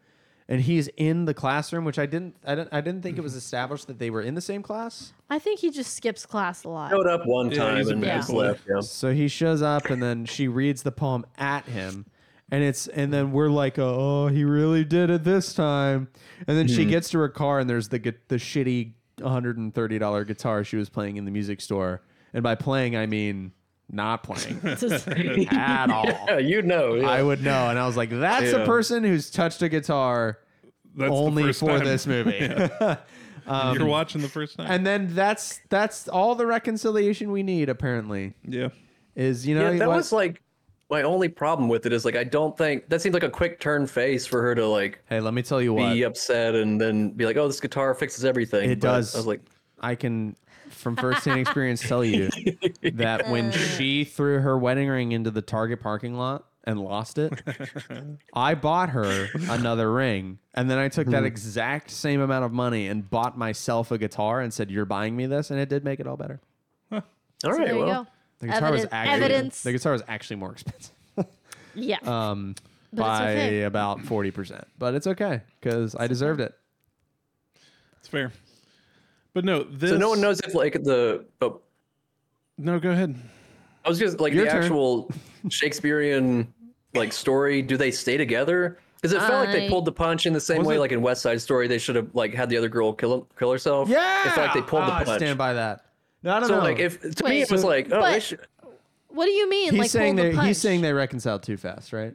S3: And he's in the classroom, which I didn't I didn't I didn't think it was established that they were in the same class.
S1: I think he just skips class a lot.
S4: Showed up one time
S2: he's a
S4: and
S2: bad
S4: just
S2: boy.
S4: left. Yeah.
S3: So he shows up and then she reads the poem at him. And it's and then we're like, oh, he really did it this time. And then
S2: Hmm.
S3: she gets to her car and there's the gu- the shitty $130 guitar she was playing in the music store. And by playing, I mean not playing at all.
S4: Yeah, you know. Yeah.
S3: I would know. And I was like, that's a
S4: Yeah.
S3: person who's touched a guitar
S2: That's the
S3: only
S2: first
S3: for
S2: time.
S3: this movie.
S2: You're watching the first time.
S3: And then that's that's all the reconciliation we need apparently
S2: yeah.
S3: is you know
S4: Yeah, that
S3: what?
S4: was like my only problem with it is like I don't think that seems like a quick turn face for her to like
S3: hey, let me tell you what.
S4: be upset and then be like, "Oh, this guitar fixes everything."
S3: It
S4: But
S3: does.
S4: I was like,
S3: I can, from firsthand experience, tell you that
S1: Uh.
S3: when she threw her wedding ring into the Target parking lot and lost it, I bought her another ring. And then I took that exact same amount of money and bought myself a guitar and said, You're buying me this. And it did make it all better.
S4: "All
S1: So
S4: right,
S1: there you
S4: well,
S3: The guitar was
S1: Evidence-
S3: actually
S1: evidence.
S3: the guitar was actually more expensive.
S1: go. Yeah.
S3: Um
S1: But it's
S3: by
S1: okay.
S3: about 40%. But it's okay because I deserved it.
S2: It's fair. But no, this
S4: so no one knows if like the oh,
S2: No, go ahead.
S4: I was just like
S3: Your
S4: the
S3: turn.
S4: actual Shakespearean like story. Do they stay together? Because it felt like
S1: I-
S4: they pulled the punch in the same
S2: Was
S4: way,
S2: it-
S4: like in West Side Story, they should have like had the other girl kill kill herself.
S3: Yeah.
S4: it felt like they pulled
S3: Ah,
S4: the punch.
S3: stand by that. No, I don't
S4: so
S3: know.
S4: like if to me
S1: Wait,
S4: it was
S1: so-
S4: like, oh, they
S1: but-
S4: should,
S1: what do you mean?
S3: he's
S1: like
S3: saying
S1: pull the
S3: they
S1: punch?
S3: he's saying they reconciled too fast, right?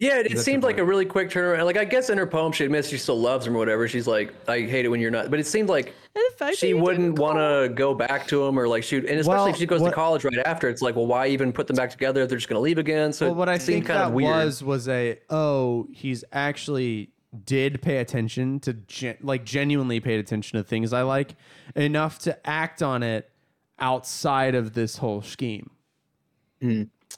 S4: Yeah, it, it
S3: That's
S4: seemed
S3: the
S4: like a really quick turnaround. Like I guess in her poem she admits she still loves him or whatever. She's like, I hate it when you're not. But it seemed like
S1: And the fact that
S4: she
S1: you
S4: wouldn't
S1: didn't
S4: want to go back to him or like shoot. And especially
S3: Well,
S4: if she goes
S3: what-
S4: to college right after, it's like, well, why even put them back together if they're just gonna leave again? So
S3: Well, what
S4: it
S3: I
S4: seemed
S3: think
S4: kind
S3: that
S4: of weird.
S3: was was a oh he's actually did pay attention to gen- like genuinely paid attention to things I like enough to act on it outside of this whole scheme.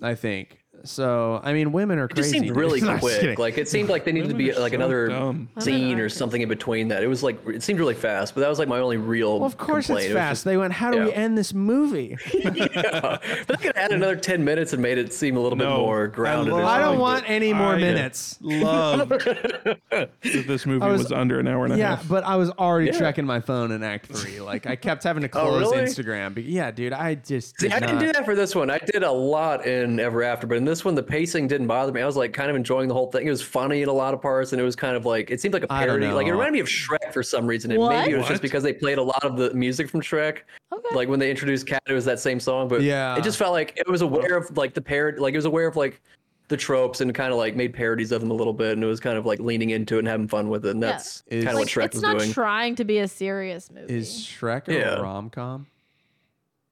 S3: I think So I mean, women are
S4: Hmm. It just
S3: crazy.
S4: seemed
S3: dude.
S4: really
S3: I'm just
S4: quick.
S3: kidding.
S4: Like it seemed like they needed to
S2: Women
S4: be
S2: are
S4: like
S2: so
S4: another
S2: dumb.
S4: scene
S1: are
S4: or something in between that. It was like it seemed really fast, but that was like my only real.
S3: well, of course
S4: complaint.
S3: it's
S4: It was
S3: fast. they went, "How do we
S4: yeah.
S3: end this movie?"
S4: just- but they could add another ten minutes and made it seem a little
S2: No,
S4: bit more
S2: I
S4: grounded.
S2: love-
S4: or
S3: I don't
S2: liked
S3: want
S2: it.
S3: any more
S2: I-
S3: minutes.
S2: Loved that this movie
S3: was-
S2: was, under an hour and a
S3: Yeah,
S2: half.
S3: but I was already checking my phone in Act Three. Like I kept having to close
S4: Oh, really?
S3: Instagram. But yeah, dude, I just
S4: See,
S3: did
S4: I didn't
S3: not-
S4: do that for this one. I did a lot in Ever After, but in this one, the pacing didn't bother me. I was like kind of enjoying the whole thing. It was funny in a lot of parts, and it was kind of like it seemed like a
S3: I don't
S4: parody. Like it
S3: know.
S4: reminded me of Shrek for some reason. And
S1: What?
S4: maybe it was
S2: What?
S4: just because they played a lot of the music from Shrek.
S1: Okay.
S4: Like when they introduced Cat, it was that same song. But
S3: Yeah.
S4: it just felt like it was aware of like the parod, like it was aware of like the tropes and kind of like made parodies of them a little bit, and it was kind of like leaning into it and having fun with it. And
S1: Yeah.
S4: that's
S3: Is-
S4: kind of
S1: like,
S4: what Shrek
S1: it's
S4: was
S1: not
S4: doing.
S1: trying to be a serious movie.
S3: Is Shrek a
S4: Yeah.
S3: rom com?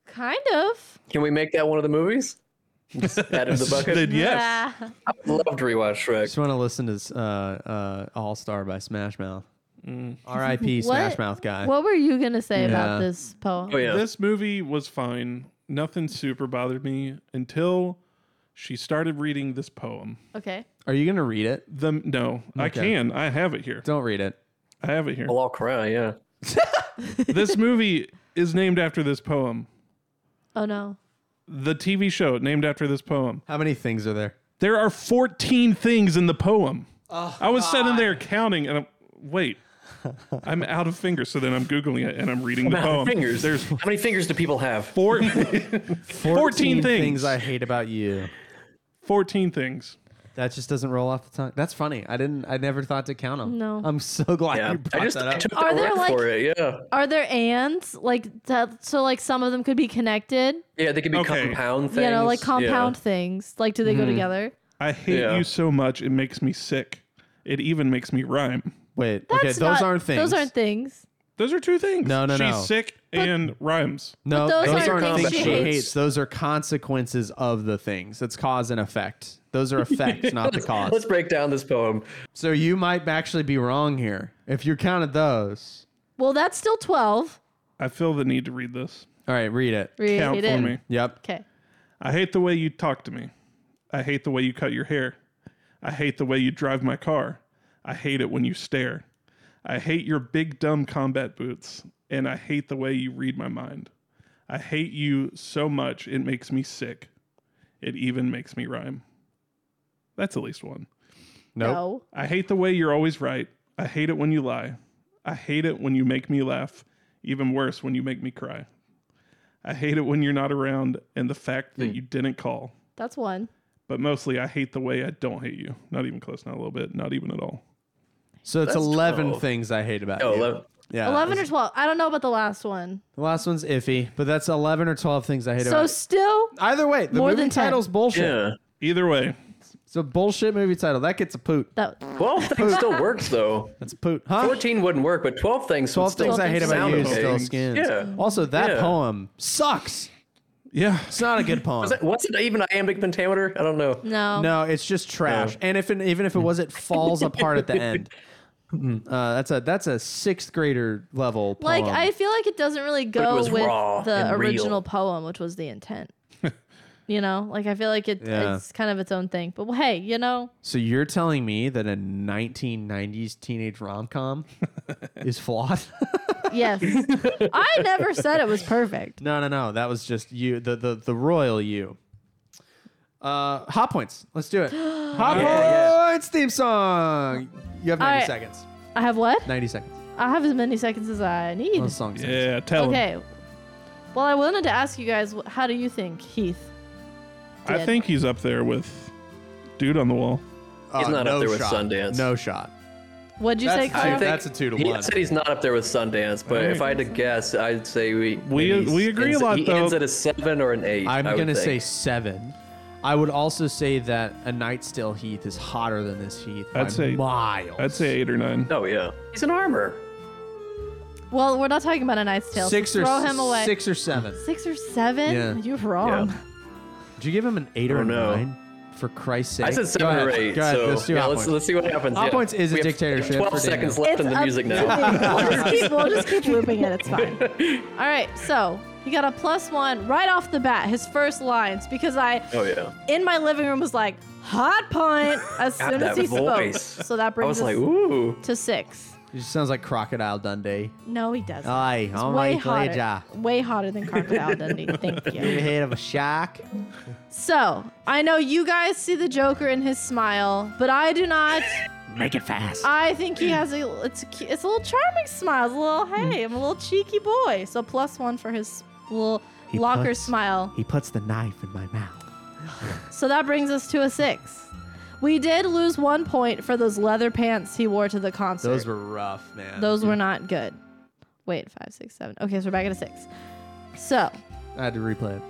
S1: kind of.
S4: Can we make that one of the movies? Out of the bucket.
S2: Then yes.
S1: Nah.
S4: I would love to rewatch Shrek.
S3: Just want to listen to uh, uh, All Star by Smash Mouth.
S4: Mm.
S3: R.I.P.
S1: What-
S3: Smash Mouth guy.
S1: What were you gonna say
S3: Yeah.
S1: about this poem?
S4: Oh yeah.
S2: This movie was fine. Nothing super bothered me until she started reading this poem.
S1: Okay.
S3: Are you gonna read it?
S2: The no, I
S3: Okay.
S2: can. I have it here.
S3: Don't read it.
S2: I have it here.
S4: Well, I'll cry. Yeah.
S2: this movie is named after this poem.
S1: Oh no.
S2: The TV show named after this poem.
S3: How many things are there?
S2: There are 14 things in the poem. I was sitting there counting and I'm, wait, I'm out of fingers. So then I'm Googling it and I'm reading the poem.
S4: Fingers.
S2: There's
S4: How many fingers do people have?
S2: four,
S3: 14
S2: 14 things.
S3: I hate about you.
S2: 14 things.
S3: That just doesn't roll off the tongue. That's funny. I didn't. I never thought to count them.
S1: No.
S3: I'm so glad
S4: Yeah.
S3: you brought
S4: I just
S3: that
S4: I
S3: up.
S4: took
S1: Are
S4: the
S1: there,
S4: rep
S1: like-
S4: for it. Yeah.
S1: Are there ands like that? So like some of them could be connected.
S4: Yeah. They could be
S2: Okay.
S4: compound things.
S1: You know, like
S4: Yeah.
S1: compound things. Like, do they
S3: Mm-hmm.
S1: go together?
S2: I hate
S4: Yeah.
S2: you so much. It makes me sick. It even makes me rhyme.
S3: Wait.
S1: That's
S3: Okay. Those
S1: not-
S3: aren't things.
S1: Those aren't things.
S2: Those are two things.
S3: No, no,
S2: She's
S3: no.
S2: sick and rhymes.
S3: No,
S1: But
S3: those, aren't, things she hates.
S4: hates.
S3: Those are consequences of the things. It's cause and effect. Those are effects, not the
S4: Let's
S3: cause.
S4: break down this poem.
S3: So you might actually be wrong here if you counted those.
S1: Well, that's still twelve.
S2: I feel the need to read this.
S3: All right, read it.
S1: Read
S2: Count
S1: it.
S2: for me.
S3: Yep.
S1: Okay.
S2: I hate the way you talk to me. I hate the way you cut your hair. I hate the way you drive my car. I hate it when you stare. I hate your big dumb combat boots. And I hate the way you read my mind. I hate you so much it makes me sick. It even makes me rhyme. That's at least one.
S3: Nope.
S1: No.
S2: I hate the way you're always right. I hate it when you lie. I hate it when you make me laugh. Even worse, when you make me cry. I hate it when you're not around and the fact that you didn't call.
S1: That's one.
S2: But mostly, I hate the way I don't hate you. Not even close, not a little bit, not even at all.
S3: So it's
S4: That's
S3: 11
S4: 12.
S3: things I hate about
S4: Oh,
S3: you.
S4: 11.
S3: Yeah.
S1: Eleven or twelve. I don't know about the last one.
S3: The last one's iffy, but that's 11 or 12 things I hate
S1: So
S3: about you.
S1: still
S3: Either way, the
S1: more
S3: movie
S1: than 10.
S3: title's bullshit.
S4: Yeah.
S2: Either way,
S3: It's a bullshit movie title. That gets a poot.
S1: that.
S4: Twelve things still works though.
S3: That's a poot. Huh?
S4: Fourteen wouldn't work, but twelve things.
S3: 12
S4: would still
S3: things I hate about
S4: sound
S3: you
S4: okay.
S3: still skins.
S4: Yeah.
S3: Also, that
S4: Yeah.
S3: poem sucks.
S2: yeah.
S3: It's not a good poem.
S4: Was it- What's it even iambic pentameter? I don't know.
S1: No.
S3: No, it's just trash. And if it, even if it was, it falls apart at the end. Uh, that's a that's a sixth grader level.
S1: Like
S3: poem.
S1: I feel like it doesn't really go
S4: was
S1: with
S4: raw
S1: the
S4: and real.
S1: original poem, which was the intent. you know, like I feel like it,
S3: Yeah.
S1: it's kind of its own thing. But well, hey, you know,
S3: So you're telling me that a 1990s teenage rom com is flawed?
S1: yes, I never said it was perfect.
S3: no, no, no. That was just you, the the the royal you. Uh, hot points. Let's do it. Hot
S4: Yeah,
S3: points theme song. You have
S1: All
S3: 90
S1: right.
S3: seconds.
S1: I have what?
S3: 90 seconds.
S1: I have as many seconds as I need.
S3: Those songs.
S2: Yeah, tell him.
S1: Okay. Well, I wanted to ask you guys, wh- how do you think Heath?
S2: I
S1: Dead.
S2: think he's up there with Dude on the Wall.
S3: Uh,
S4: He's not up
S3: no
S4: there with
S3: shot.
S4: Sundance.
S3: No shot.
S1: What'd you
S3: That's,
S1: say,
S3: two-
S1: Kyle?
S4: I think-
S3: that's a two to
S4: He
S3: one.
S4: said he's not up there with Sundance, but if I had to guess, I'd say we
S2: We-
S4: maybe
S2: we agree
S4: ends,
S2: a lot,
S4: He
S2: though.
S4: ends at a seven or an eight.
S3: I'm
S4: I would
S3: gonna say
S4: think.
S3: seven. I would also say that a night still Heath is hotter than this Heath.
S2: I'd
S3: by
S2: say-
S3: miles.
S2: I'd say eight or nine.
S4: Oh yeah, he's an armor.
S1: Well, we're not talking about a Knight's Tale. so
S3: six or
S1: throw
S3: s-
S1: him away.
S3: six or seven.
S1: Six or seven?
S3: Yeah.
S1: You're wrong.
S4: Yeah.
S3: Did you give him an eight or
S4: Oh,
S3: a
S4: no.
S3: nine? For Christ's sake,
S4: I said
S3: Go
S4: seven
S3: ahead.
S4: or eight.
S3: Go ahead.
S4: so
S3: let's do
S4: yeah,
S3: hot
S4: let's,
S3: points.
S4: let's see what happens.
S3: Hot
S4: yeah.
S3: points is a
S4: We have
S3: dictatorship for
S4: Twelve seconds
S3: Daniel.
S4: left in the
S1: up
S4: music
S1: to
S4: now.
S1: you. We'll just keep, we'll just keep looping it. It's fine. All right. So He got a plus one right off the bat, his first lines, because I,
S4: Oh yeah.
S1: in my living room, was like, hot punt as
S4: God,
S1: soon as
S4: that
S1: he
S4: voice.
S1: spoke. So that
S4: I
S1: brings
S4: was
S1: us
S4: like, ooh.
S1: to six.
S3: It just sounds like Crocodile Dundee.
S1: No, he doesn't.
S3: Aye,
S1: It's
S3: oh
S1: way
S3: my
S1: hotter.
S3: pleasure.
S1: Way hotter than Crocodile Dundee. Thank
S3: You
S1: you.
S3: heard of a shark?
S1: So I know you guys see the Joker and his smile, but I do not.
S3: Make it fast.
S1: I think he has a it's a, cu- it's a little charming smile. It's a little
S3: Mm.
S1: hey, I'm a little cheeky boy. So plus one for his little
S3: He
S1: locker
S3: puts-
S1: smile.
S3: He puts the knife in my mouth.
S1: So that brings us to a six. We did lose one point for those leather pants he wore to the concert.
S3: Those were Mm. rough, man.
S1: Those were not good. Wait, five, six, seven. Okay, so we're back at a six. So
S3: I had to replay it.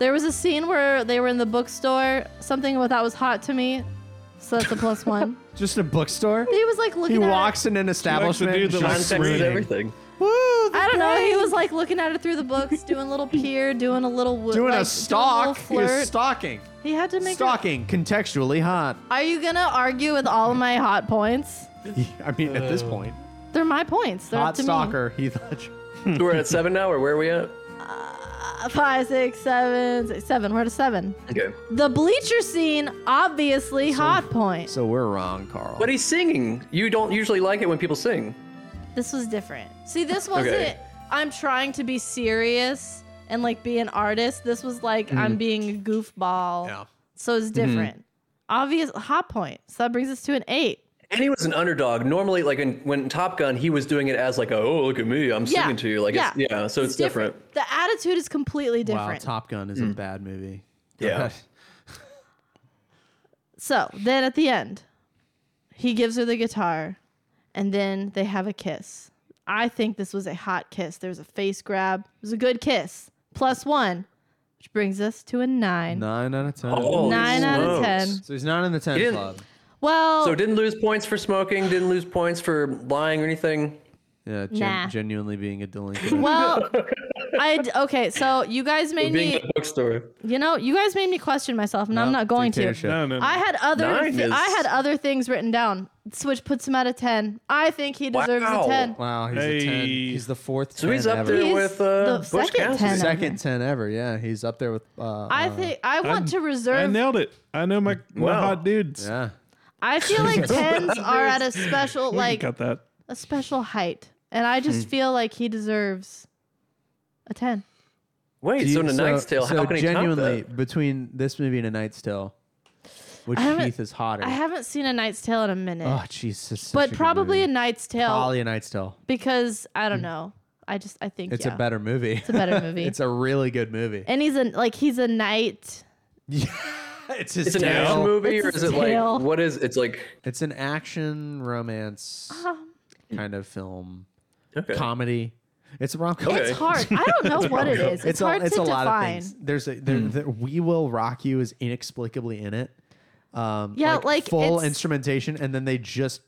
S1: There was a scene where they were in the bookstore. Something about that was hot to me. So that's a plus one.
S3: Just a bookstore.
S1: he was like looking
S3: He
S1: at
S3: walks in an establishment.
S2: dude that
S3: and
S2: likes
S3: just
S4: Context is
S2: reading.
S4: everything.
S3: Woo,
S1: it. I don't know. He was like looking at it through the books, doing a little peer, doing a little wo-
S3: doing
S1: like,
S3: a stalk. He
S1: doing a
S3: was
S1: little flirt.
S3: stalking.
S1: He had to make. it-
S3: Stalking, contextually hot.
S1: Are you gonna argue with all of my hot points?
S3: I mean, at this point,
S1: They're my points. They're up
S3: hot
S1: to
S3: stalker. Heath Ledger.
S4: So we're at seven now, or where are we at?
S1: me. Uh, Five, six, seven, six, seven. We're at a seven.
S4: Okay.
S1: The bleacher scene, obviously, hot point.
S3: So we're wrong, Carl.
S4: But he's singing. You don't usually like it when people sing.
S1: This was different. See, this wasn't.
S4: Okay.
S1: I'm trying to be serious and like be an artist. This was like I'm being a goofball.
S3: Yeah.
S1: So
S3: Mm-hmm.
S1: it's different. Obvious hot point. So that brings us to an eight.
S4: And he was an underdog. Normally, like in, when Top Gun, he was doing it as like, a, oh look at me, I'm
S1: Yeah.
S4: singing to you. Like it's, yeah. So it's, different.
S1: The attitude is completely
S3: wow,
S1: different.
S3: Top Gun is
S4: Hmm.
S3: a bad movie.
S4: Yeah.
S1: so then at the end, he gives her the guitar, and then they have a kiss. I think this was a hot kiss. There was a face grab. It was a good kiss. Plus one, which brings us to a nine.
S3: Nine out of ten.
S4: Oh,
S1: Nine out of
S4: smokes.
S1: ten.
S3: So he's not in the ten
S4: He didn't-
S3: club.
S1: Well,
S4: So didn't lose points for smoking. Didn't lose points for lying or anything.
S3: Yeah, gen-
S1: Nah.
S3: genuinely being a delinquent.
S1: Well, I d- okay. So you guys made
S4: Being
S1: me,
S4: at the bookstore.
S1: you know, you guys made me question myself, and I'm
S3: No,
S1: not going to.
S3: dictatorship.
S2: No, no, no.
S1: I had other,
S4: Nine
S1: thi- I
S4: is-
S1: had other things written down, s- which puts him at a ten. I think he deserves a
S4: Wow.
S1: ten.
S3: wow, he's a ten.
S2: Hey.
S3: He's the fourth.
S4: So he's
S3: 10
S4: up
S3: ever.
S4: there
S1: He's
S4: with
S1: the
S4: uh, Bush
S1: second
S4: Cassidy.
S1: 10.
S3: Second ten ever. Yeah, he's up there with. Uh,
S1: I
S3: uh,
S1: think I want to
S2: I
S1: reserve.
S2: nailed it. I know my, my
S4: Wow.
S2: hot dudes.
S3: Yeah.
S1: I feel like tens are at a special,
S2: I
S1: like
S2: got that.
S1: a special height, and I
S3: Hmm.
S1: just feel like he deserves a ten.
S4: Wait, so in A Knight's Tale,
S3: so
S4: how can he
S3: genuinely
S4: top
S3: between this movie and A Knight's Tale, which
S1: I haven't-
S3: Heath is hotter?
S1: I haven't seen a Knight's Tale in a minute,
S3: oh Jesus!
S1: but probably a Knight's Tale
S3: probably A Knight's Tale.
S1: because I don't know. I just I think
S3: It's
S1: yeah.
S3: a better movie. It's
S1: a better movie.
S3: it's a really good movie.
S1: and he's a like he's a knight.
S3: it's his
S4: It's an
S3: tale.
S4: action movie,
S1: It's
S4: or
S1: his
S4: is it
S1: tail.
S4: like what is? It's like
S3: It's an action romance
S1: Uh-huh.
S3: kind of film,
S4: okay.
S3: comedy. It's a rom com.
S4: Okay.
S1: It's hard. I don't know what it is. It's,
S3: It's,
S1: hard
S3: a, it's
S1: to
S3: a lot
S1: define.
S3: of things. There's a
S4: Hmm.
S3: there, there- We Will Rock You is inexplicably in it. Um,
S1: Yeah, like,
S3: full
S1: it's-
S3: instrumentation, and then they just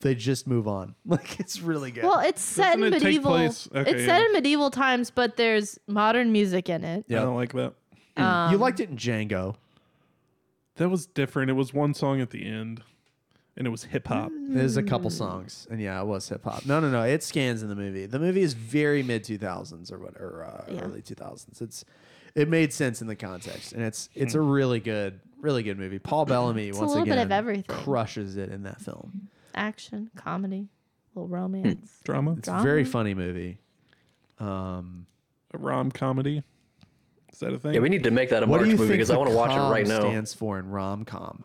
S3: they just move on. Like it's really good.
S1: Well, it's set
S2: Doesn't
S1: in
S2: it take
S1: medieval.
S2: place- okay,
S1: it's set
S2: yeah.
S1: in medieval times, but there's modern music in it.
S3: Yeah.
S2: I don't like that.
S1: um,
S3: you liked it in Django.
S2: That was different. It was one song at the end, and it was hip hop.
S1: Mm.
S3: There's a couple songs, and yeah, it was hip hop. No, no, no. It scans in the movie. The movie is very mid two thousands or whatever, uh,
S1: Yeah.
S3: early two thousands. It's it made sense in the context, and it's
S4: Hmm.
S3: it's a really good, really good movie. Paul Bellamy
S1: a
S3: once
S1: little bit
S3: again
S1: of everything.
S3: crushes it in that film.
S1: Action, comedy, little
S3: Hmm.
S1: romance.
S2: Drama,
S3: It's a very
S1: Drama.
S3: funny movie. Um,
S2: a rom comedy. Is that a thing?
S4: Yeah, we need to make that a
S3: what
S4: March
S3: do you
S4: movie
S3: think
S4: because I
S3: the
S4: want to watch it
S3: com
S4: right now.
S3: Stands for in rom com.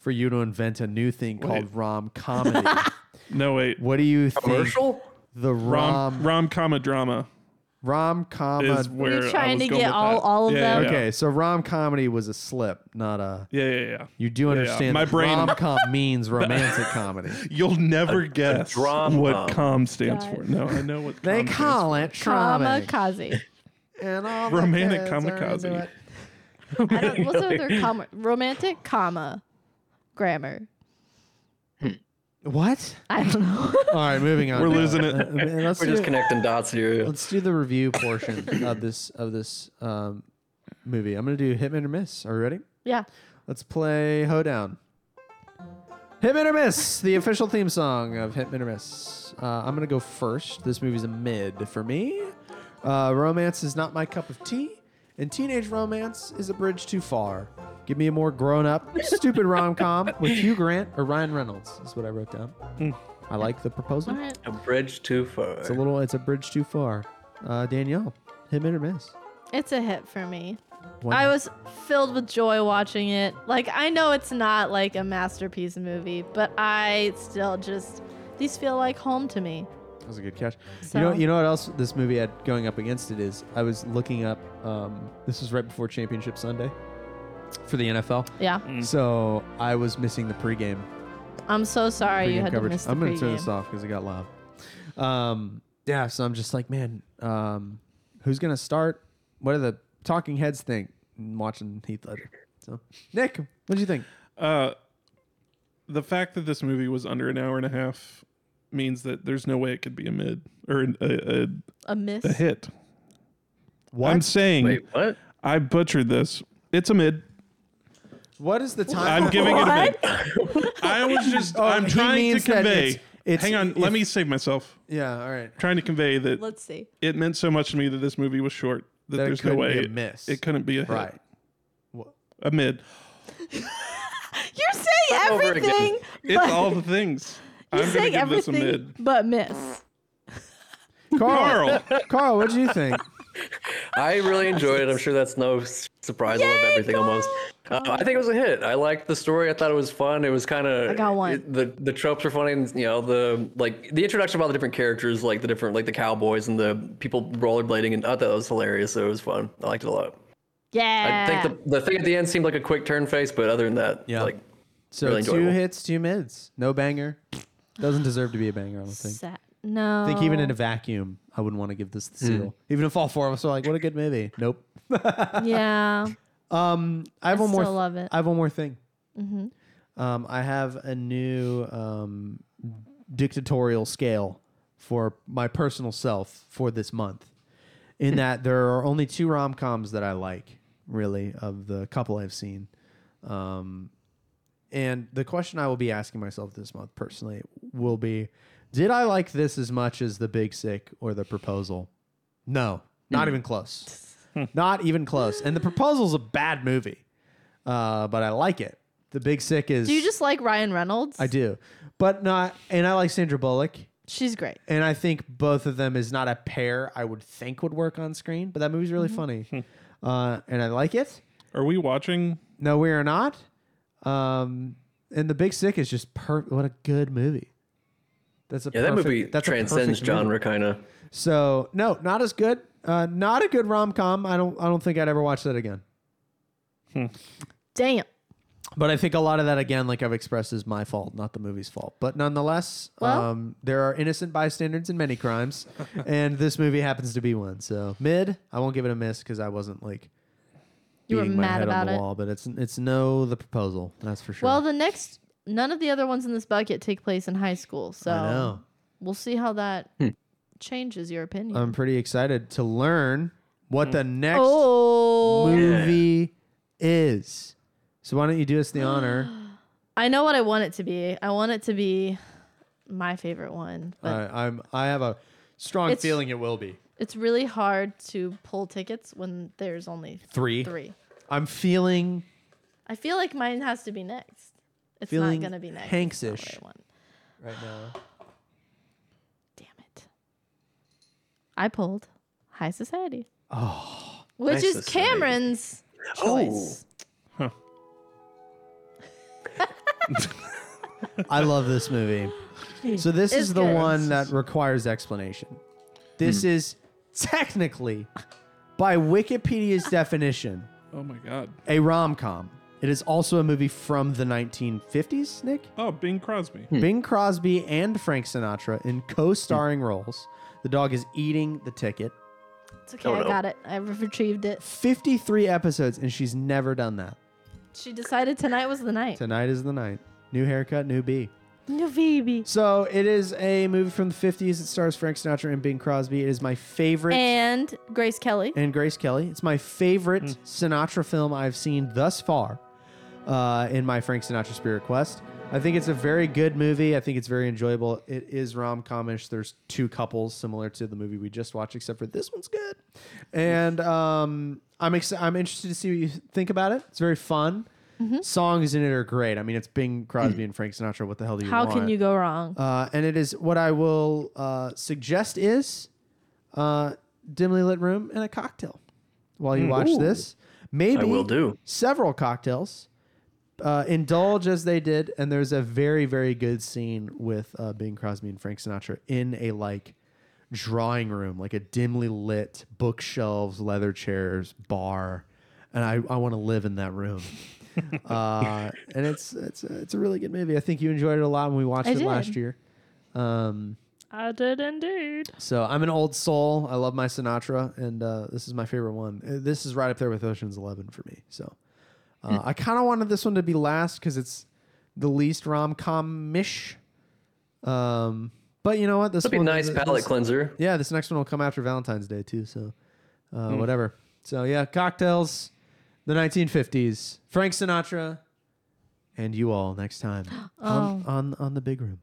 S3: For you to invent a new thing called rom comedy.
S2: no, wait.
S3: what do you think?
S4: Commercial?
S3: The
S2: Rom
S3: rom
S2: rom comma drama
S3: rom
S2: is
S3: com.
S2: where I
S1: trying
S2: was
S1: to
S2: going
S1: get
S2: with
S1: all-
S2: that.
S1: all of
S2: Yeah,
S1: them?
S2: Yeah,
S3: Okay, so rom comedy was a slip, not a.
S2: Yeah, yeah, yeah.
S3: You do
S2: yeah.
S3: understand
S2: My brain-
S3: rom com means romantic comedy.
S2: You'll never guess
S4: drama.
S2: what com stands
S1: Guys.
S2: for. No, I know what
S3: They
S2: com stands
S3: call it trauma.
S1: Kamikaze.
S3: and all the
S2: Romantic
S3: kids are into
S2: kamikaze.
S3: it.
S1: I don't. What's the other comma? Romantic comma, grammar.
S3: What?
S1: I don't know.
S3: All right, moving on.
S2: We're losing it.
S3: Uh, let's
S4: We're
S3: do-
S4: just connecting dots here.
S3: Let's do the review portion of this of this um, movie. I'm gonna do hit or miss. Are you ready?
S1: yeah.
S3: Let's play Hoedown. Hitman or Miss, the official theme song of Hitman or Miss. Uh, I'm gonna go first. This movie's a mid for me. Uh, romance is not my cup of tea, and teenage romance is a bridge too far. Give me a more grown up, stupid rom com with Hugh Grant or Ryan Reynolds, is what I wrote down. I like the proposal.
S1: All right.
S4: A bridge too far.
S3: It's a little, it's a bridge too far. Uh, Danielle, hit or miss?
S1: It's a hit for me.
S3: One-
S1: I was filled with joy watching it. Like I know it's not like a masterpiece movie, but I still just these feel like home to me.
S3: That was a good catch.
S1: So-
S3: You know, you know what else this movie had going up against it is I was looking up. Um, this was right before Championship Sunday for the NFL,
S1: Yeah.
S3: so I was missing the pregame.
S1: I'm so sorry Oh, you
S3: pregame
S1: had
S3: coverage.
S1: to miss the
S3: I'm gonna
S1: pregame.
S3: turn this uh, off because it got loud. Um, yeah, so I'm just like, man, um, who's gonna start? What do the talking heads think? And Watching Heath Ledger. So, Nick, what'd you think?
S2: Uh, the fact that this movie was under an hour and a half means that there's no way it could be a mid or an- a, a,
S1: A miss.
S2: a hit. I'm saying
S4: Wait, what?
S2: I butchered this. It's a mid.
S3: What is the time?
S2: I'm giving it a mid. I was just.
S3: Oh,
S2: I'm
S3: he
S2: trying to
S3: means that
S2: convey.
S3: it's- it's-
S2: Hang on. let
S3: if-
S2: me save myself.
S3: Yeah, all right.
S2: Trying to convey that
S1: Let's see.
S2: it meant so much to me that this movie was short that,
S3: That it
S2: there's no
S3: couldn't be
S2: way
S3: a
S2: it-
S3: miss.
S2: It couldn't be a hit.
S3: Right.
S2: A mid.
S1: You're saying
S4: Start over again.
S1: everything.
S2: It's
S1: but-
S2: all the things.
S1: You're
S2: I'm gonna
S1: saying
S2: give this a
S1: everything
S2: mid.
S1: but miss.
S3: Carl,
S2: Carl,
S3: Carl, what'd you think?
S4: I really enjoyed it. I'm sure that's no s- surprise. I love
S1: Yay,
S4: everything
S1: Carl!
S4: almost. Uh, I think it was a hit. I liked the story. I thought it was fun. It was kind of.
S1: I got one.
S4: the the tropes were funny. And, you know the like the introduction about the different characters, like the different like the cowboys and the people rollerblading, and I thought that was hilarious. So it was fun. I liked it a lot.
S1: Yeah.
S4: I think the, the thing at the end seemed like a quick turn face, but other than that,
S3: Yeah.
S4: like
S3: So
S4: Really
S3: two
S4: enjoyable.
S3: hits, two mids, no banger. Doesn't deserve to be a banger. I don't think.
S1: Sad. No.
S3: I think even in a vacuum, I wouldn't want to give this the
S4: Hmm.
S3: seal. Even if all four of us were like, "What a good movie," nope.
S1: yeah.
S3: Um, I have
S1: I
S3: one more.
S1: still love it. Mm-hmm.
S3: I have one more thing. Um, I have a new um, dictatorial scale for my personal self for this month.
S4: Hmm.
S3: In that there are only two rom coms that I like, really, of the couple I've seen. Um, and the question I will be asking myself this month personally will be Did I like this as much as The Big Sick or The Proposal? No, not even close. not even close. And The Proposal's a bad movie, uh, but I like it. The Big Sick is.
S1: Do you just like Ryan Reynolds?
S3: I do. But not. And I like Sandra Bullock.
S1: She's great.
S3: And I think both of them is not a pair I would think would work on screen, but that movie's really
S1: Mm-hmm.
S3: funny. uh, and I like it.
S2: are we watching?
S3: No, we are not. Um, and the Big Sick is just per. What a good movie. That's a
S4: yeah, that
S3: perfect-
S4: movie
S3: that's a
S4: transcends
S3: perfect movie.
S4: genre kind of.
S3: So no, not as good. Uh, not a good rom com. I don't. I don't think I'd ever watch that again.
S1: Damn.
S3: But I think a lot of that, again, like I've expressed, is my fault, not the movie's fault. But nonetheless,
S1: Well-
S3: um, there are innocent bystanders in many crimes, and this movie happens to be one. So mid, I won't give it a miss because I wasn't like
S1: You were
S3: beating my
S1: mad
S3: head on
S1: about
S3: the
S1: it.
S3: wall. But it's it's no the proposal. That's for sure.
S1: Well, the next none of the other ones in this bucket take place in high school, so
S3: I know. Hmm.
S1: we'll see how that changes your opinion.
S3: I'm pretty excited to learn what the Um, next
S1: oh,
S3: movie is. So why don't you do us the honor?
S1: I know what I want it to be. I want it to be my favorite one, but
S3: I, I'm I have a strong
S1: It's-
S3: feeling it will be
S1: it's really hard to pull tickets when there's only
S3: three.
S1: three.
S3: I'm feeling
S1: I feel like mine has to be next. It's
S3: Feeling
S1: not gonna be next. It's not what
S3: Hanks-ish.
S1: I want.
S3: right now.
S1: Damn it! I pulled High Society. Oh, which
S4: High
S1: is
S4: Society.
S1: Cameron's choice.
S3: I love this movie. So this
S1: It's
S3: is the
S1: good.
S3: one that requires explanation. This is technically, by Wikipedia's definition,
S2: Oh my god.
S3: a rom-com. It is also a movie from the 1950s, Nick.
S2: Oh, Bing Crosby.
S3: Bing Crosby and Frank Sinatra in co-starring roles. The dog is eating the ticket.
S1: It's okay.
S4: Oh,
S1: I
S4: no.
S1: got it. I retrieved it.
S3: 53 episodes and she's never done that.
S1: She decided tonight was the night.
S3: Tonight is the night. New haircut, new B.
S1: No baby.
S3: So it is a movie from the 50s. It stars Frank Sinatra and Bing Crosby. It is my favorite.
S1: And Grace Kelly. Hmm.
S3: and Grace Kelly. It's my favorite Sinatra film I've seen thus far. uh, in my Frank Sinatra Spirit Quest. I think it's a very good movie. I think it's very enjoyable. It is rom comish. There's two couples similar to the movie we just watched, except for this one's good. And um, I'm ex- I'm interested to see what you think about it. It's very fun.
S1: Mm-hmm.
S3: Songs in it are great. I mean, it's Bing Crosby and Frank Sinatra. What the hell do you
S1: Hmm. How
S3: want?
S1: can you go wrong?
S3: Uh, and it is what I will uh, suggest is uh, dimly lit room and a cocktail while you watch this. Maybe
S4: Hmm. I will do.
S3: several cocktails. Uh, indulge as they did, and there's a very very good scene with uh, Bing Crosby and Frank Sinatra in a like drawing room, like a dimly lit bookshelves, leather chairs, bar, and I, I want to live in that room. uh, and it's it's a, it's a really good movie. I think you enjoyed it a lot when we watched
S1: I
S3: it
S1: did.
S3: last year. Um,
S1: I did indeed.
S3: so I'm an old soul. I love my Sinatra, and uh, this is my favorite one. Uh, This is right up there with Ocean's Eleven for me. So uh,
S1: Hmm.
S3: I kind of wanted this one to be last because it's the least rom com ish. Um, but you know what? This
S4: That'd be a
S3: one-
S4: nice
S3: this-
S4: palate cleanser.
S3: Yeah, this next one will come after Valentine's Day too. So uh, whatever. So yeah, cocktails, the 1950s, Frank Sinatra, and you all next time on, on on the big room.